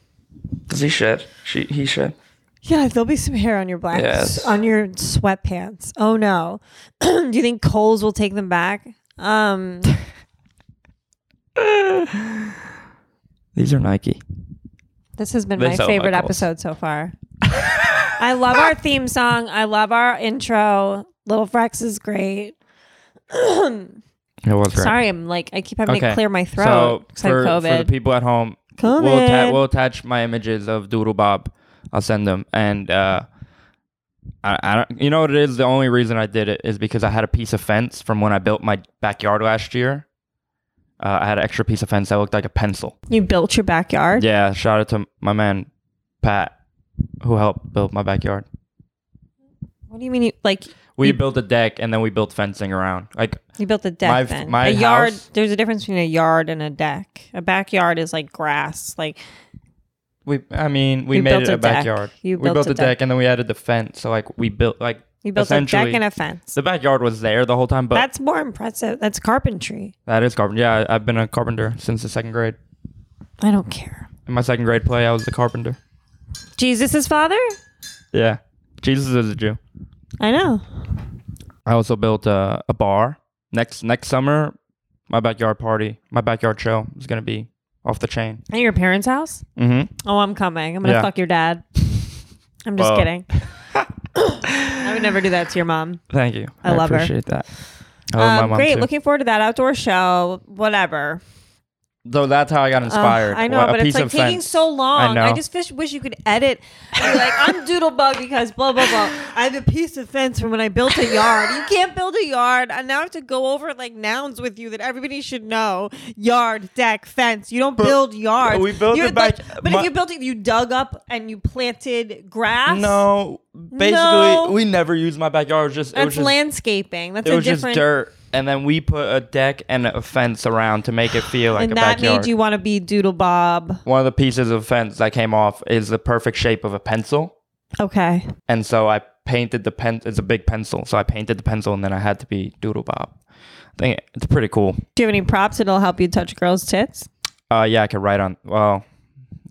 [SPEAKER 3] Does he shit? She he shit.
[SPEAKER 2] Yeah, there'll be some hair on your blacks,
[SPEAKER 3] Yes.
[SPEAKER 2] on your sweatpants. Oh no. Do you think Coles will take them back? Um,
[SPEAKER 3] These are Nike.
[SPEAKER 2] this has been
[SPEAKER 3] They
[SPEAKER 2] my
[SPEAKER 3] sell
[SPEAKER 2] favorite
[SPEAKER 3] Michaels.
[SPEAKER 2] episode so far. I love our theme song. I love our intro. Little Frex is great.
[SPEAKER 3] It was great.
[SPEAKER 2] Sorry, I'm like I keep having to clear my
[SPEAKER 3] So
[SPEAKER 2] throat because
[SPEAKER 3] for,
[SPEAKER 2] I have
[SPEAKER 3] for the
[SPEAKER 2] COVID.
[SPEAKER 3] people at home, we'll,
[SPEAKER 2] COVID.
[SPEAKER 3] atta- we'll attach my images of Doodle Bob. I'll send them, and uh, I, I don't. You know what it is? The only reason I did it is because I had a piece of fence from when I built my backyard last year. Uh, I had an extra piece of fence that looked like a pencil.
[SPEAKER 2] you built your backyard.
[SPEAKER 3] Yeah, shout out to my man Pat, who helped build my backyard.
[SPEAKER 2] What do you mean? You, like
[SPEAKER 3] We
[SPEAKER 2] You-
[SPEAKER 3] built a deck, and then we built fencing around. Like
[SPEAKER 2] you built a deck?
[SPEAKER 3] My-
[SPEAKER 2] then
[SPEAKER 3] my
[SPEAKER 2] a yard.
[SPEAKER 3] house-
[SPEAKER 2] There's a difference between a yard and a deck. A backyard is like grass. Like
[SPEAKER 3] we, I mean, we
[SPEAKER 2] You
[SPEAKER 3] made
[SPEAKER 2] built
[SPEAKER 3] it
[SPEAKER 2] a
[SPEAKER 3] a,
[SPEAKER 2] deck.
[SPEAKER 3] backyard.
[SPEAKER 2] You
[SPEAKER 3] we built a deck. and then we added the fence. So like we built like
[SPEAKER 2] you built a deck
[SPEAKER 3] Essentially,
[SPEAKER 2] and a fence.
[SPEAKER 3] the backyard was there the whole time, but
[SPEAKER 2] That's more impressive. That's carpentry.
[SPEAKER 3] That is carpenter. Yeah, I- I've been a carpenter since the second grade.
[SPEAKER 2] I don't care.
[SPEAKER 3] In my second grade play, I was the carpenter.
[SPEAKER 2] Jesus' father?
[SPEAKER 3] Yeah, Jesus is a Jew.
[SPEAKER 2] I know.
[SPEAKER 3] I also built a, a bar. Next next summer, my backyard party, my backyard show is gonna be off the chain.
[SPEAKER 2] At your parents' house?
[SPEAKER 3] Mm-hmm.
[SPEAKER 2] Oh, I'm coming. I'm going to
[SPEAKER 3] Yeah.
[SPEAKER 2] fuck your dad. I'm just
[SPEAKER 3] Well.
[SPEAKER 2] kidding. I would never do that to your mom.
[SPEAKER 3] Thank you.
[SPEAKER 2] I love her.
[SPEAKER 3] appreciate that. I love my
[SPEAKER 2] Um,
[SPEAKER 3] mom
[SPEAKER 2] great.
[SPEAKER 3] too.
[SPEAKER 2] Looking forward to that outdoor show. Whatever.
[SPEAKER 3] so that's how I got
[SPEAKER 2] Ugh,
[SPEAKER 3] inspired.
[SPEAKER 2] I know,
[SPEAKER 3] What- a
[SPEAKER 2] but it's
[SPEAKER 3] piece
[SPEAKER 2] like
[SPEAKER 3] of
[SPEAKER 2] taking
[SPEAKER 3] fence.
[SPEAKER 2] so long.
[SPEAKER 3] I know.
[SPEAKER 2] I, just wish, wish you could edit. You're like, I'm Doodlebug because blah, blah, blah. I have a piece of fence from when I built a yard. You can't build a yard. I now have to go over like nouns with you that everybody should know yard, deck, fence. You don't build yards.
[SPEAKER 3] we built
[SPEAKER 2] You're
[SPEAKER 3] it back-
[SPEAKER 2] like- but
[SPEAKER 3] my-
[SPEAKER 2] if you built it, you dug up and you planted grass.
[SPEAKER 3] no, basically,
[SPEAKER 2] No.
[SPEAKER 3] we never used my backyard. It was just it was
[SPEAKER 2] That's
[SPEAKER 3] just
[SPEAKER 2] landscaping. That's
[SPEAKER 3] it
[SPEAKER 2] a
[SPEAKER 3] was just
[SPEAKER 2] different.
[SPEAKER 3] dirt, and then we put a deck and a fence around to make it feel like
[SPEAKER 2] and
[SPEAKER 3] a
[SPEAKER 2] that
[SPEAKER 3] backyard.
[SPEAKER 2] made you want to be Doodle Bob.
[SPEAKER 3] one of the pieces of fence that came off is the perfect shape of a pencil.
[SPEAKER 2] Okay.
[SPEAKER 3] And so I painted the pen. It's a big pencil, so I painted the pencil, and then I had to be Doodle Bob. I think it's pretty cool.
[SPEAKER 2] Do you have any props that'll help you touch girls' tits?
[SPEAKER 3] Uh, yeah, I could write on. Well,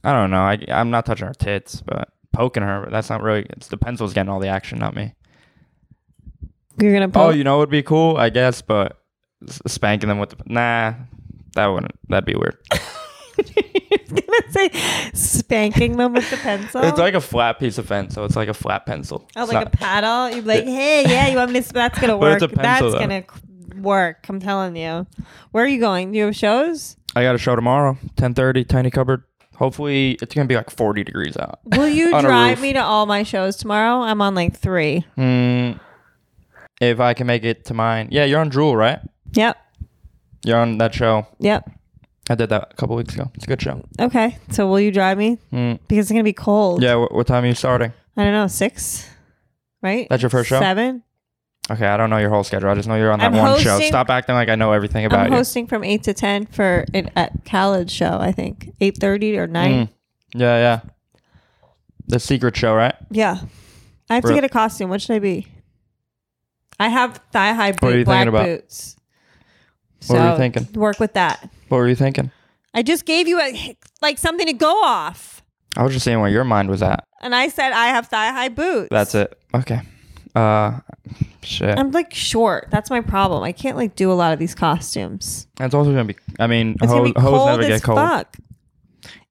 [SPEAKER 3] I don't know. I, I'm not touching her tits, but poking her. But that's not really. It's the pencil's getting all the action, not me.
[SPEAKER 2] You're gonna
[SPEAKER 3] Oh,
[SPEAKER 2] poke
[SPEAKER 3] you know what'd be cool, I guess, but s- spanking them with the nah, that wouldn't. That'd be weird.
[SPEAKER 2] You're gonna say spanking them with the pencil.
[SPEAKER 3] It's like a flat piece of fence, so it's like a flat pencil.
[SPEAKER 2] oh,
[SPEAKER 3] It's
[SPEAKER 2] like a
[SPEAKER 3] not-
[SPEAKER 2] paddle. You're like, hey, yeah, you want me? To, that's gonna work.
[SPEAKER 3] But it's a pencil,
[SPEAKER 2] that's
[SPEAKER 3] though.
[SPEAKER 2] gonna c- work. I'm telling you. Where are you going? Do you have shows?
[SPEAKER 3] I got a show tomorrow, 10:30, tiny cupboard. Hopefully, it's gonna be like 40 degrees out.
[SPEAKER 2] Will you
[SPEAKER 3] On a
[SPEAKER 2] drive
[SPEAKER 3] roof.
[SPEAKER 2] me to all my shows tomorrow? I'm on like three.
[SPEAKER 3] Hmm. if I can make it to mine, yeah, you're on Drool, right?
[SPEAKER 2] Yep.
[SPEAKER 3] You're on that show.
[SPEAKER 2] Yep.
[SPEAKER 3] I did that a couple weeks ago. It's a good show.
[SPEAKER 2] Okay. So will you drive me?
[SPEAKER 3] Mm.
[SPEAKER 2] Because it's gonna be cold.
[SPEAKER 3] Yeah. What, what time are you starting?
[SPEAKER 2] I don't know. Six. Right.
[SPEAKER 3] That's your first show?
[SPEAKER 2] Seven.
[SPEAKER 3] Okay, I don't know your whole schedule. I just know you're on that
[SPEAKER 2] I'm
[SPEAKER 3] one show.
[SPEAKER 2] hosting-
[SPEAKER 3] Stop acting like I know everything about
[SPEAKER 2] I'm
[SPEAKER 3] you.
[SPEAKER 2] hosting from eight to ten for an at college show. I think eight thirty or nine.
[SPEAKER 3] Mm. Yeah, yeah. The secret show, right?
[SPEAKER 2] Yeah. I have to
[SPEAKER 3] Re-
[SPEAKER 2] get a costume. What should I be? I have thigh high
[SPEAKER 3] are
[SPEAKER 2] boot,
[SPEAKER 3] you
[SPEAKER 2] black
[SPEAKER 3] thinking about?
[SPEAKER 2] boots.
[SPEAKER 3] What were you
[SPEAKER 2] So,
[SPEAKER 3] thinking?
[SPEAKER 2] Work with that.
[SPEAKER 3] What were you thinking?
[SPEAKER 2] I just gave you a like something to go off.
[SPEAKER 3] I was just seeing where your mind was at.
[SPEAKER 2] And I said I have thigh high boots.
[SPEAKER 3] That's it. Okay. Uh, shit.
[SPEAKER 2] I'm like short. That's my problem. I can't like do a lot of these costumes.
[SPEAKER 3] it's also gonna be. I mean,
[SPEAKER 2] It's
[SPEAKER 3] ho-
[SPEAKER 2] gonna be
[SPEAKER 3] hoes
[SPEAKER 2] cold
[SPEAKER 3] never
[SPEAKER 2] as
[SPEAKER 3] get cold.
[SPEAKER 2] fuck.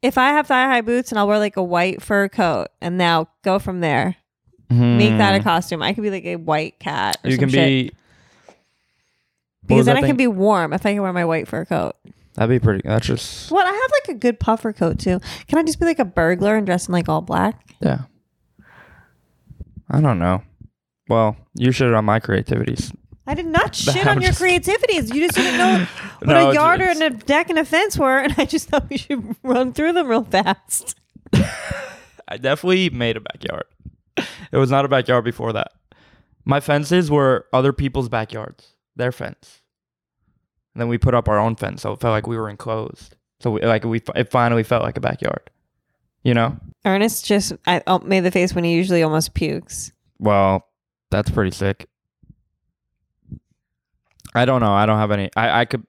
[SPEAKER 2] If I have thigh high boots and I'll wear like a white fur coat and now go from there. Make that a costume. I could be like a white cat. Or
[SPEAKER 3] Mm-hmm. Mm. You
[SPEAKER 2] some
[SPEAKER 3] can
[SPEAKER 2] shit.
[SPEAKER 3] be. What
[SPEAKER 2] because
[SPEAKER 3] was
[SPEAKER 2] then
[SPEAKER 3] that
[SPEAKER 2] I can
[SPEAKER 3] thing?
[SPEAKER 2] be warm if I can wear my white fur coat.
[SPEAKER 3] That'd be pretty. That's just
[SPEAKER 2] What? I have like a good puffer coat too. Can I just be like a burglar and dress in like all black?
[SPEAKER 3] yeah. I don't know. Well, you should on my creativities.
[SPEAKER 2] I did not shit
[SPEAKER 3] I'm
[SPEAKER 2] on your
[SPEAKER 3] just-
[SPEAKER 2] creativities. You just didn't know what
[SPEAKER 3] No,
[SPEAKER 2] a
[SPEAKER 3] it's-
[SPEAKER 2] yard or
[SPEAKER 3] it's-
[SPEAKER 2] and a deck and a fence were, and I just thought we should run through them real fast.
[SPEAKER 3] I definitely made a backyard. It was not a backyard before that. My fences were other people's backyards, their fence. And then we put up our own fence, so it felt like we were enclosed. So we, like we, it finally felt like a backyard. You know.
[SPEAKER 2] Ernest just I, oh, made the face when he usually almost pukes.
[SPEAKER 3] Well, that's pretty sick. I don't know. I don't have any. I, I could.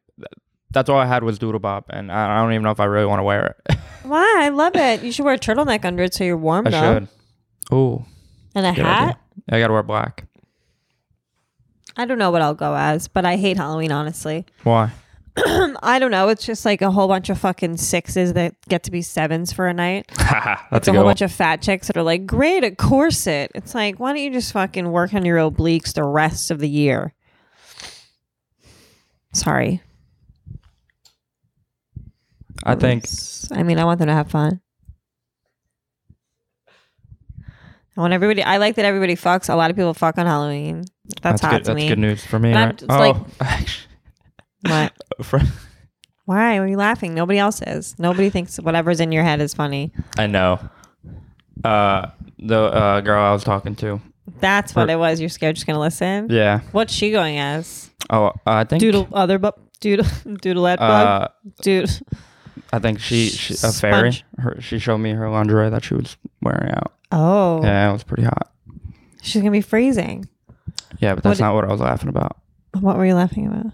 [SPEAKER 3] That's all I had was Doodle Bob, and I, I don't even know if I really want to wear it.
[SPEAKER 2] Why? I love it. You should wear a turtleneck under it so you're warm.
[SPEAKER 3] I
[SPEAKER 2] though.
[SPEAKER 3] should. Ooh,
[SPEAKER 2] and a
[SPEAKER 3] good
[SPEAKER 2] hat.
[SPEAKER 3] idea. I gotta wear black.
[SPEAKER 2] I don't know what I'll go as, but I hate Halloween, honestly.
[SPEAKER 3] Why?
[SPEAKER 2] I don't know. It's just like a whole bunch of fucking sixes that get to be sevens for a night.
[SPEAKER 3] That's
[SPEAKER 2] It's a whole bunch of fat chicks that are like, great, a corset. It's like, why don't you just fucking work on your obliques the rest of the year? Sorry.
[SPEAKER 3] I think
[SPEAKER 2] I mean, I want them to have fun. I want everybody, I like that everybody fucks. A lot of people fuck on Halloween. That's, hot
[SPEAKER 3] good.
[SPEAKER 2] to
[SPEAKER 3] that's
[SPEAKER 2] me.
[SPEAKER 3] good news for me.
[SPEAKER 2] But I'm
[SPEAKER 3] Right?
[SPEAKER 2] just like-
[SPEAKER 3] Oh, actually,
[SPEAKER 2] What?
[SPEAKER 3] for-
[SPEAKER 2] Why are you laughing? Nobody else is. Nobody thinks whatever's in your head is funny.
[SPEAKER 3] I know. Uh, the uh, girl I was talking to.
[SPEAKER 2] That's what it was. You're scared just gonna listen?
[SPEAKER 3] Yeah.
[SPEAKER 2] What's she going as?
[SPEAKER 3] Oh, I think.
[SPEAKER 2] Doodle other bu- doodle doodleette bug?
[SPEAKER 3] Uh,
[SPEAKER 2] Dude.
[SPEAKER 3] I think she, she a fairy.
[SPEAKER 2] Sponge.
[SPEAKER 3] Her, she showed me her lingerie that she was wearing out.
[SPEAKER 2] Oh.
[SPEAKER 3] Yeah, it was pretty hot.
[SPEAKER 2] She's gonna be freezing.
[SPEAKER 3] Yeah, but that's
[SPEAKER 2] What-
[SPEAKER 3] not what I was laughing about.
[SPEAKER 2] What were you laughing about?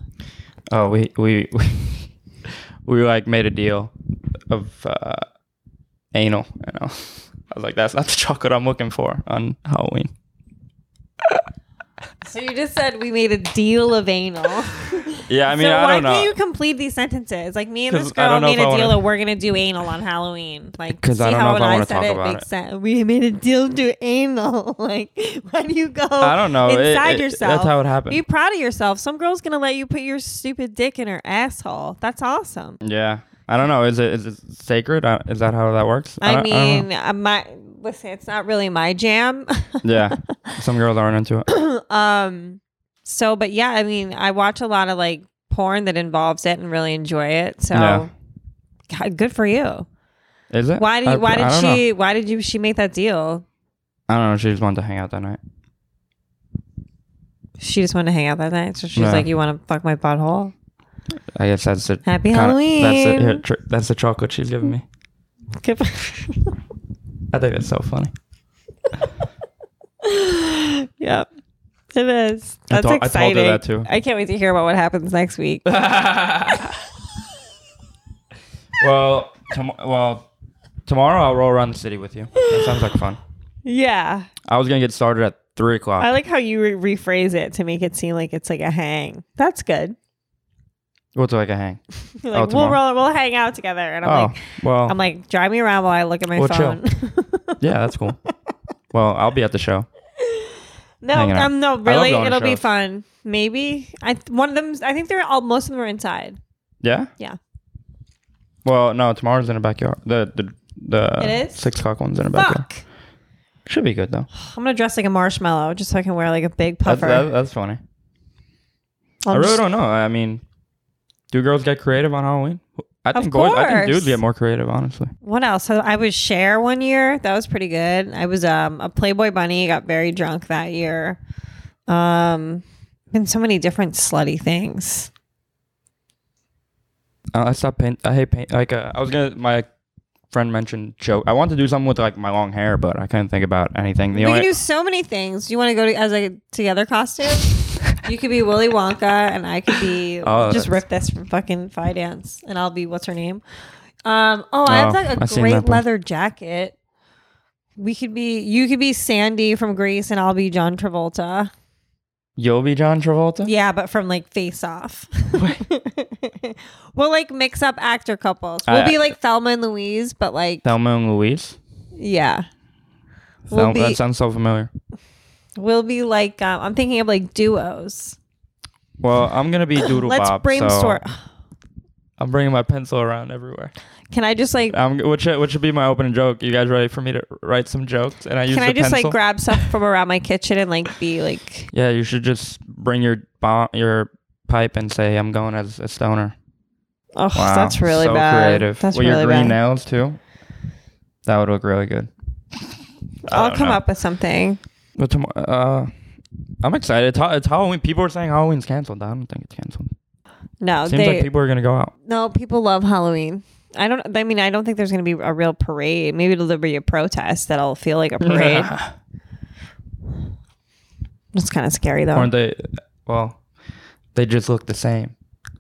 [SPEAKER 3] Oh, we we we, we like made a deal of uh, anal. You know, I was like, that's not the chocolate I'm looking for on Halloween.
[SPEAKER 2] So you just said we made a deal of anal.
[SPEAKER 3] Yeah, I mean,
[SPEAKER 2] so
[SPEAKER 3] I
[SPEAKER 2] why
[SPEAKER 3] don't know.
[SPEAKER 2] can't you complete these sentences? Like me and this
[SPEAKER 3] 'Cause I
[SPEAKER 2] girl
[SPEAKER 3] don't know
[SPEAKER 2] made
[SPEAKER 3] if I
[SPEAKER 2] a deal
[SPEAKER 3] wanna-
[SPEAKER 2] that we're gonna do anal on Halloween. Like
[SPEAKER 3] 'Cause
[SPEAKER 2] see
[SPEAKER 3] I don't know
[SPEAKER 2] how
[SPEAKER 3] if
[SPEAKER 2] when
[SPEAKER 3] I
[SPEAKER 2] I,
[SPEAKER 3] wanna
[SPEAKER 2] said
[SPEAKER 3] talk
[SPEAKER 2] it
[SPEAKER 3] about
[SPEAKER 2] makes
[SPEAKER 3] it.
[SPEAKER 2] sense. We made a deal to do anal. Like why do you go?
[SPEAKER 3] I don't know. It-
[SPEAKER 2] Inside
[SPEAKER 3] it-
[SPEAKER 2] yourself.
[SPEAKER 3] That's how it happened.
[SPEAKER 2] Be proud of yourself. Some girl's gonna let you put your stupid dick in her asshole. That's awesome.
[SPEAKER 3] yeah, I don't know. Is it is it sacred? Uh, Is that how that works?
[SPEAKER 2] I,
[SPEAKER 3] don't- don't
[SPEAKER 2] mean, uh, my listen, it's not really my jam.
[SPEAKER 3] know. yeah, some girls aren't into it.
[SPEAKER 2] um, so but yeah, I mean, I watch a lot of like porn that involves it and really enjoy it. So,
[SPEAKER 3] Yeah.
[SPEAKER 2] God, good for you.
[SPEAKER 3] Is it?
[SPEAKER 2] Why do
[SPEAKER 3] I-
[SPEAKER 2] you, why
[SPEAKER 3] I
[SPEAKER 2] did
[SPEAKER 3] don't know.
[SPEAKER 2] she why did you she make that deal?
[SPEAKER 3] I don't know. She just wanted to hang out that night.
[SPEAKER 2] She just wanted to hang out that night, so she's
[SPEAKER 3] Yeah.
[SPEAKER 2] like, "You want to fuck my butthole?
[SPEAKER 3] I guess that's it.
[SPEAKER 2] Happy
[SPEAKER 3] That's it.
[SPEAKER 2] Halloween.
[SPEAKER 3] Here, tr- that's the chocolate she's giving me.
[SPEAKER 2] Good for-
[SPEAKER 3] I think that's so funny.
[SPEAKER 2] yep, it is.
[SPEAKER 3] I
[SPEAKER 2] That's
[SPEAKER 3] told- I told
[SPEAKER 2] exciting.
[SPEAKER 3] her that too.
[SPEAKER 2] I can't wait to hear about what happens next week.
[SPEAKER 3] well, tom- well, tomorrow I'll roll around the city with you. That sounds like fun.
[SPEAKER 2] yeah,
[SPEAKER 3] I was gonna get started at three o'clock.
[SPEAKER 2] I like how you re- rephrase it to make it seem like it's like a hang. That's good.
[SPEAKER 3] What's like a hang?
[SPEAKER 2] You're
[SPEAKER 3] Oh,
[SPEAKER 2] like we'll roll,
[SPEAKER 3] tomorrow.
[SPEAKER 2] we'll hang out together, and I'm
[SPEAKER 3] Oh,
[SPEAKER 2] like,
[SPEAKER 3] well,
[SPEAKER 2] I'm like, drive me around while I look at my
[SPEAKER 3] We'll
[SPEAKER 2] phone.
[SPEAKER 3] yeah, that's cool. Well, I'll be at the show.
[SPEAKER 2] no,
[SPEAKER 3] Hanging out.
[SPEAKER 2] um, no,
[SPEAKER 3] love
[SPEAKER 2] really,
[SPEAKER 3] going to
[SPEAKER 2] it'll be
[SPEAKER 3] shows.
[SPEAKER 2] fun. Maybe I th- one of them. I think they're all most of them are inside.
[SPEAKER 3] Yeah.
[SPEAKER 2] Yeah.
[SPEAKER 3] Well, no, tomorrow's in the backyard. The the the
[SPEAKER 2] It is?
[SPEAKER 3] six o'clock one's in the backyard.
[SPEAKER 2] Fuck.
[SPEAKER 3] Should be good though.
[SPEAKER 2] I'm gonna dress like a marshmallow just so I can wear like a big
[SPEAKER 3] That's,
[SPEAKER 2] puffer. Um,
[SPEAKER 3] that, that's funny.
[SPEAKER 2] I'll
[SPEAKER 3] I really
[SPEAKER 2] just-
[SPEAKER 3] don't know. I mean, do girls get creative on Halloween? I
[SPEAKER 2] Of
[SPEAKER 3] think boys, I think dudes
[SPEAKER 2] course.
[SPEAKER 3] get more creative, honestly.
[SPEAKER 2] What else? So I was Cher one year. That was pretty good. I was um, a Playboy bunny. Got very drunk that year. Um, been so many different slutty things.
[SPEAKER 3] Uh, I stopped paint. I hate paint. Like uh, I was gonna. My friend mentioned joke. I wanted to do something with like my long hair, but I couldn't think about anything. The
[SPEAKER 2] we
[SPEAKER 3] only
[SPEAKER 2] can do so many things. Do you want to go to, as a together costume? you could be Willy Wonka, and I could be
[SPEAKER 3] Oh,
[SPEAKER 2] just
[SPEAKER 3] that's-
[SPEAKER 2] rip this from fucking Fi Dance, and I'll be what's her name. Um, oh, I have
[SPEAKER 3] Oh,
[SPEAKER 2] like a
[SPEAKER 3] I've seen that
[SPEAKER 2] great
[SPEAKER 3] one.
[SPEAKER 2] leather jacket. We could be you could be Sandy from Greece, and I'll be John Travolta.
[SPEAKER 3] you'll be John Travolta.
[SPEAKER 2] Yeah, but from like Face Off. we'll like mix up actor couples. We'll
[SPEAKER 3] I-
[SPEAKER 2] be like Thelma and Louise, but like
[SPEAKER 3] Uh, Thelma and Louise.
[SPEAKER 2] yeah,
[SPEAKER 3] Thel-
[SPEAKER 2] we'll be
[SPEAKER 3] that sounds so familiar.
[SPEAKER 2] we'll be like um, I'm thinking of like duos.
[SPEAKER 3] Well, I'm gonna be Doodle
[SPEAKER 2] Let's
[SPEAKER 3] Bob. so
[SPEAKER 2] brainstorm.
[SPEAKER 3] I'm bringing my pencil around everywhere.
[SPEAKER 2] Can I just like
[SPEAKER 3] Um, which which should be my opening joke. You guys ready for me to write some jokes? And I use
[SPEAKER 2] can
[SPEAKER 3] the
[SPEAKER 2] I just
[SPEAKER 3] pencil.
[SPEAKER 2] like grab stuff from around my kitchen and like be like
[SPEAKER 3] yeah, you should just bring your bomb, your pipe, and say I'm going as a stoner.
[SPEAKER 2] oh
[SPEAKER 3] Wow,
[SPEAKER 2] that's really
[SPEAKER 3] so
[SPEAKER 2] bad.
[SPEAKER 3] Creative.
[SPEAKER 2] That's
[SPEAKER 3] With
[SPEAKER 2] really
[SPEAKER 3] your
[SPEAKER 2] bad.
[SPEAKER 3] green nails too. That would look really good. I
[SPEAKER 2] I'll
[SPEAKER 3] don't
[SPEAKER 2] come
[SPEAKER 3] know.
[SPEAKER 2] up with something.
[SPEAKER 3] But tomorrow, uh, I'm excited. It's, ha- it's Halloween. People are saying Halloween's canceled. I don't think it's canceled.
[SPEAKER 2] No,
[SPEAKER 3] Seems
[SPEAKER 2] Uh, they
[SPEAKER 3] like people are gonna go out.
[SPEAKER 2] no people love Halloween. I don't. I mean, I don't think there's going to be a real parade. Maybe it'll be a protest that'll feel like a parade. It's kind of scary though.
[SPEAKER 3] Aren't they? Well, they just look the same.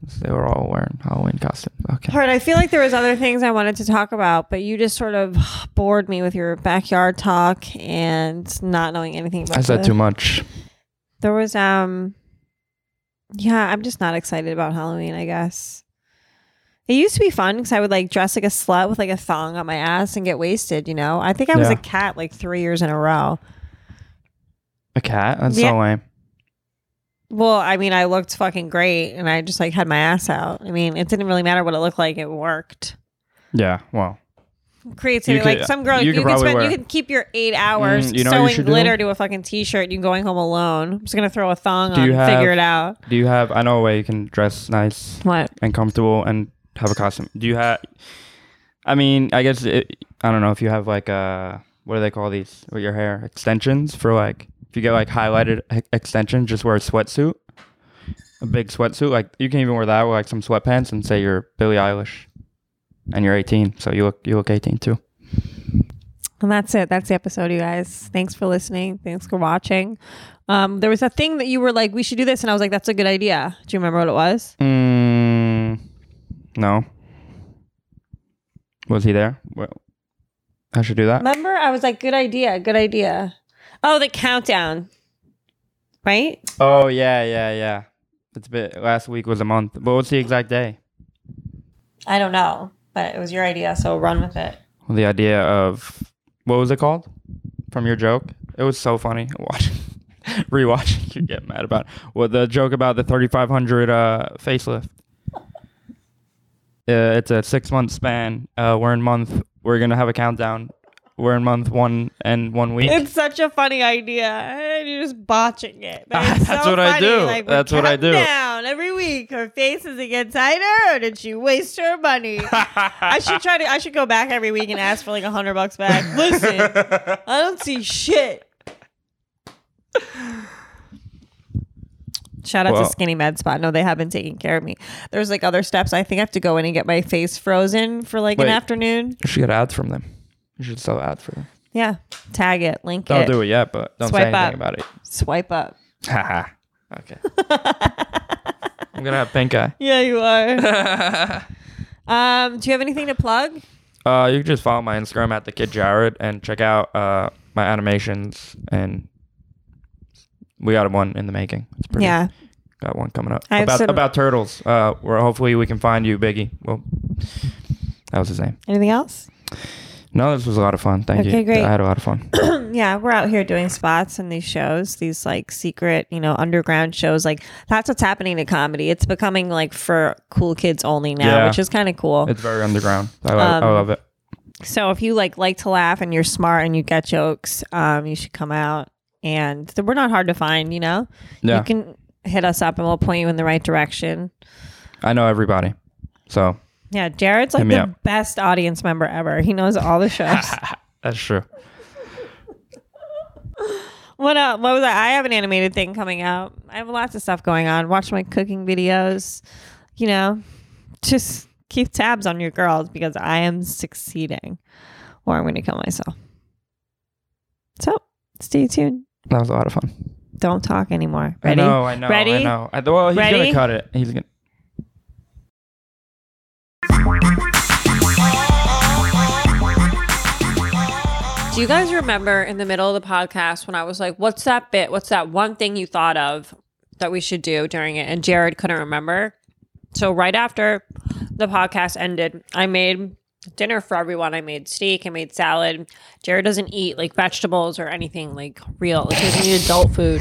[SPEAKER 3] So they were all wearing Halloween costumes. Okay.
[SPEAKER 2] Hard. I feel like there was other things I wanted to talk about, but you just sort of bored me with your backyard talk and not knowing anything about.
[SPEAKER 3] I said
[SPEAKER 2] the-
[SPEAKER 3] too much.
[SPEAKER 2] There was um, yeah, I'm just not excited about Halloween. I guess it used to be fun because I would like dress like a slut with like a thong on my ass and get wasted. You know, I think I was
[SPEAKER 3] Yeah.
[SPEAKER 2] a cat like three years in a row.
[SPEAKER 3] A cat? That's
[SPEAKER 2] Yeah.
[SPEAKER 3] so lame.
[SPEAKER 2] Well, I mean, I looked fucking great, and I just like had my ass out. I mean, it didn't really matter what it looked like; it worked.
[SPEAKER 3] Yeah. Well.
[SPEAKER 2] creativity.
[SPEAKER 3] You
[SPEAKER 2] like
[SPEAKER 3] could-
[SPEAKER 2] some girl,
[SPEAKER 3] you
[SPEAKER 2] you,
[SPEAKER 3] could
[SPEAKER 2] could
[SPEAKER 3] probably
[SPEAKER 2] spend, you
[SPEAKER 3] wear-
[SPEAKER 2] could keep your eight hours
[SPEAKER 3] Mm, you know what you
[SPEAKER 2] sewing
[SPEAKER 3] should do?
[SPEAKER 2] glitter to a fucking t-shirt. and You can going home alone. I'm just gonna throw a thong
[SPEAKER 3] Do
[SPEAKER 2] on,
[SPEAKER 3] you
[SPEAKER 2] and figure
[SPEAKER 3] have-
[SPEAKER 2] it out.
[SPEAKER 3] Do you have? I know a way you can dress nice
[SPEAKER 2] What?
[SPEAKER 3] and comfortable and have a costume. Do you have? I mean, I guess it, I don't know if you have like uh, what do they call these with your hair extensions for like if you get like highlighted e- extension, just wear a sweatsuit, a big sweatsuit. Like you can even wear that with like some sweatpants and say you're Billie Eilish, and you're 18, so you look you look 18 too.
[SPEAKER 2] And that's it. That's the episode, you guys. Thanks for listening. Thanks for watching. Um, there was a thing that you were like, we should do this, and I was like, that's a good idea. Do you remember what it was?
[SPEAKER 3] Mm, no. Was he there? Well, I should do that.
[SPEAKER 2] Remember, I was like, good idea, good idea. Oh, the countdown. Right?
[SPEAKER 3] Oh yeah, yeah, yeah. It's a bit. Last week was a month. But what's the exact day?
[SPEAKER 2] I don't know, but it was your idea, so run with it.
[SPEAKER 3] Well, the idea of what was it called? From your joke, it was so funny. Watching, rewatching, you get mad about well the joke about the thirty five hundred uh, facelift. Uh, it's a six month span. Uh, we're in month. We're gonna have a countdown. We're in month one and one week.
[SPEAKER 2] It's such a funny idea. And you're just botching it. But it's
[SPEAKER 3] That's
[SPEAKER 2] so
[SPEAKER 3] what I
[SPEAKER 2] funny.
[SPEAKER 3] do.
[SPEAKER 2] Like, we
[SPEAKER 3] That's what I
[SPEAKER 2] count
[SPEAKER 3] do.
[SPEAKER 2] Down every week, her face is it get tighter, or did she waste her money? I should try to. I should go back every week and ask for like a hundred bucks back. Listen, I don't see shit. Shout out
[SPEAKER 3] Well-
[SPEAKER 2] to Skinny Med Spot. No, they have been taking care of me. There's like other steps. I think I have to go in and get my face frozen for like an
[SPEAKER 3] Wait.
[SPEAKER 2] afternoon.
[SPEAKER 3] you should get ads from them. You should sell ads for them.
[SPEAKER 2] Yeah, tag it, link
[SPEAKER 3] Don't
[SPEAKER 2] it,
[SPEAKER 3] Oh, do it yet, but don't
[SPEAKER 2] Swipe
[SPEAKER 3] say anything
[SPEAKER 2] up.
[SPEAKER 3] about it.
[SPEAKER 2] swipe up.
[SPEAKER 3] Haha. okay. I'm gonna have pink eye.
[SPEAKER 2] Yeah, you are. um, do you have anything to plug?
[SPEAKER 3] Uh, you can just follow my Instagram at the kid Jared and check out uh my animations and we got one in the making. It's pretty.
[SPEAKER 2] Yeah.
[SPEAKER 3] Got one coming up
[SPEAKER 2] I have
[SPEAKER 3] about
[SPEAKER 2] some-
[SPEAKER 3] about turtles. Uh, where hopefully we can find you, Biggie. Well, that was his name.
[SPEAKER 2] Anything else?
[SPEAKER 3] No, this was a lot of fun. Thank you.
[SPEAKER 2] Okay, great.
[SPEAKER 3] I had a lot of fun.
[SPEAKER 2] yeah, we're out here doing spots and these shows, these like secret, you know, underground shows. Like that's what's happening to comedy. It's becoming like for cool kids only now,
[SPEAKER 3] Yeah.
[SPEAKER 2] which is kind of cool.
[SPEAKER 3] it's very underground. I, love I
[SPEAKER 2] Um,
[SPEAKER 3] love it.
[SPEAKER 2] so if you like like to laugh and you're smart and you get jokes, um, you should come out. And th- we're not hard to find, you know.
[SPEAKER 3] Yeah,
[SPEAKER 2] You can hit us up and we'll point you in the right direction.
[SPEAKER 3] I know everybody. So
[SPEAKER 2] Yeah, Jared's like
[SPEAKER 3] Hit me
[SPEAKER 2] the
[SPEAKER 3] up.
[SPEAKER 2] best audience member ever. He knows all the shows.
[SPEAKER 3] that's true.
[SPEAKER 2] What uh, what was that? I have an animated thing coming out. I have lots of stuff going on. Watch my cooking videos. You know, just keep tabs on your girls because I am succeeding, or I'm going to kill myself. So stay tuned.
[SPEAKER 3] That was a lot of fun.
[SPEAKER 2] Don't talk anymore.
[SPEAKER 3] I
[SPEAKER 2] Ready?
[SPEAKER 3] know. I know. I
[SPEAKER 2] Ready?
[SPEAKER 3] know. I, well, he's
[SPEAKER 2] Ready?
[SPEAKER 3] gonna cut it. He's gonna.
[SPEAKER 2] Do you guys remember in the middle of the podcast when I was like, "What's that bit? What's that one thing you thought of that we should do during it?" And Jared couldn't remember. So right after the podcast ended, I made dinner for everyone. I made steak, I made salad. Jared doesn't eat like vegetables or anything like real. Like, he doesn't eat adult food.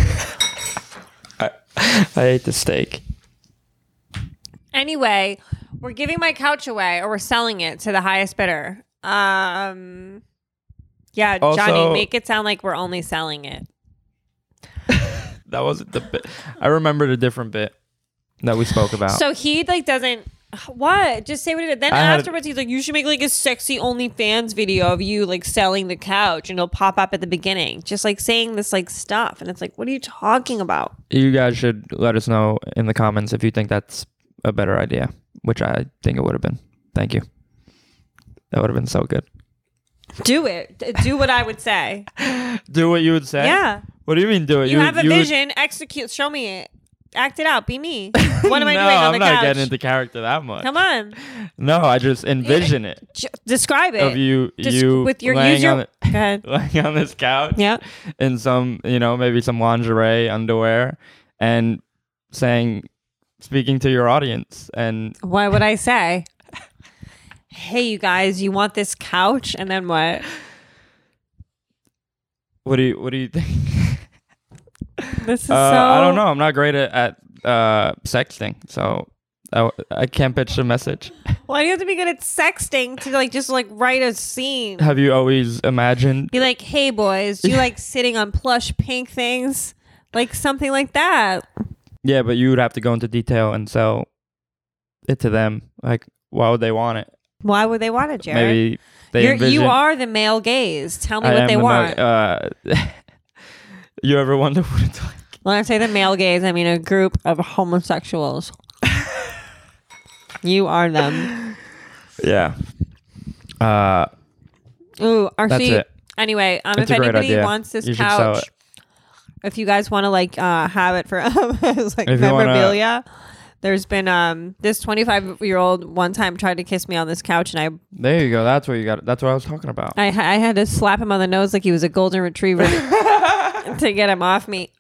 [SPEAKER 3] I ate the steak.
[SPEAKER 2] Anyway, we're giving my couch away or we're selling it to the highest bidder. Um yeah, Johnny,
[SPEAKER 3] Also-
[SPEAKER 2] make it sound like we're only selling it.
[SPEAKER 3] That wasn't the bit. I remembered a different bit that we spoke about.
[SPEAKER 2] So he like doesn't what? Just say what it is. Then
[SPEAKER 3] Oh. I had-
[SPEAKER 2] afterwards he's like, you should make like a sexy OnlyFans video of you like selling the couch and it'll pop up at the beginning. Just like saying this like stuff. And it's like, what are you talking about?
[SPEAKER 3] you guys should let us know in the comments if you think that's a better idea, which I think it would have been. Thank you. That would have been so good.
[SPEAKER 2] Do it. D- Do what I would say.
[SPEAKER 3] Do what you would say.
[SPEAKER 2] Yeah.
[SPEAKER 3] What do you mean do it?
[SPEAKER 2] You, have a vision, execute show me it. Act it out. Be me. What am I
[SPEAKER 3] no,
[SPEAKER 2] doing on
[SPEAKER 3] I'm
[SPEAKER 2] the
[SPEAKER 3] not
[SPEAKER 2] couch?
[SPEAKER 3] getting into character that much.
[SPEAKER 2] Come on,
[SPEAKER 3] No, I just envision it
[SPEAKER 2] J- describe it.
[SPEAKER 3] of you
[SPEAKER 2] Just
[SPEAKER 3] you
[SPEAKER 2] with your
[SPEAKER 3] laying
[SPEAKER 2] use your.
[SPEAKER 3] on
[SPEAKER 2] Go
[SPEAKER 3] it-
[SPEAKER 2] ahead.
[SPEAKER 3] laying on this couch
[SPEAKER 2] Yeah.
[SPEAKER 3] in some, you know, maybe some lingerie, underwear, and saying, speaking to your audience. And
[SPEAKER 2] Why would I say? Hey, you guys, you want this couch? And then what?
[SPEAKER 3] what do you, what do you think?
[SPEAKER 2] This is
[SPEAKER 3] Uh,
[SPEAKER 2] so.
[SPEAKER 3] I don't know. I'm not great at, at uh, sexting, so I, I can't pitch a message.
[SPEAKER 2] Why do you have to be good at sexting to like just like write a scene?
[SPEAKER 3] Have you always imagined?
[SPEAKER 2] Be like, hey, boys, do you like sitting on plush pink things? Like something like that.
[SPEAKER 3] Yeah, but you would have to go into detail and sell it to them. Like, why would they want it?
[SPEAKER 2] Why would they want it, Jared?
[SPEAKER 3] Maybe they
[SPEAKER 2] You're,
[SPEAKER 3] envision.
[SPEAKER 2] you are the male gaze. Tell me
[SPEAKER 3] I
[SPEAKER 2] what
[SPEAKER 3] am
[SPEAKER 2] they
[SPEAKER 3] the mo-
[SPEAKER 2] want.
[SPEAKER 3] uh, you ever wonder what it's like?
[SPEAKER 2] when I say the male gaze, I mean a group of homosexuals. you are them.
[SPEAKER 3] Yeah. Uh,
[SPEAKER 2] Ooh, are
[SPEAKER 3] That's
[SPEAKER 2] she-
[SPEAKER 3] it.
[SPEAKER 2] Anyway, um,
[SPEAKER 3] It's
[SPEAKER 2] if
[SPEAKER 3] a great
[SPEAKER 2] anybody
[SPEAKER 3] idea.
[SPEAKER 2] wants this
[SPEAKER 3] You should sell
[SPEAKER 2] couch,
[SPEAKER 3] it.
[SPEAKER 2] if you guys want to like uh, have it for as, like
[SPEAKER 3] If you wanna-
[SPEAKER 2] memorabilia, there's been um this 25 year old one time tried to kiss me on this couch, and
[SPEAKER 3] there you go. That's what you got. That's what I was talking about.
[SPEAKER 2] I I, ha- I had to slap him on the nose like he was a golden retriever to get him off me.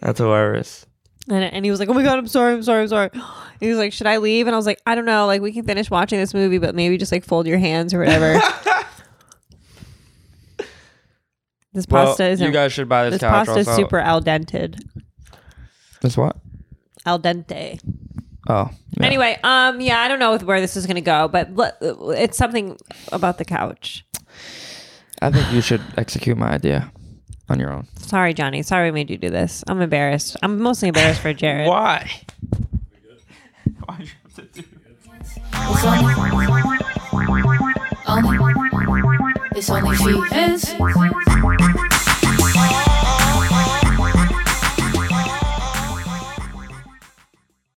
[SPEAKER 3] That's hilarious.
[SPEAKER 2] And, and he was like, "Oh my god, I'm sorry, I'm sorry, I'm sorry." He was like, "Should I leave?" And I was like, "I don't know. Like, we can finish watching this movie, but maybe just like fold your hands or whatever." this
[SPEAKER 3] Well,
[SPEAKER 2] pasta is
[SPEAKER 3] you guys should buy
[SPEAKER 2] this
[SPEAKER 3] this, couch.
[SPEAKER 2] pasta is
[SPEAKER 3] also.
[SPEAKER 2] super al dente.
[SPEAKER 3] This what?
[SPEAKER 2] Al dente.
[SPEAKER 3] Oh. yeah.
[SPEAKER 2] Anyway, um, yeah, I don't know where this is gonna go, but le- it's something about the couch.
[SPEAKER 3] I think you should execute my idea on your own.
[SPEAKER 2] Sorry, Johnny. Sorry, we made you do this. I'm embarrassed. I'm mostly embarrassed for Jared.
[SPEAKER 3] Why?
[SPEAKER 1] It's only, only, it's only she is.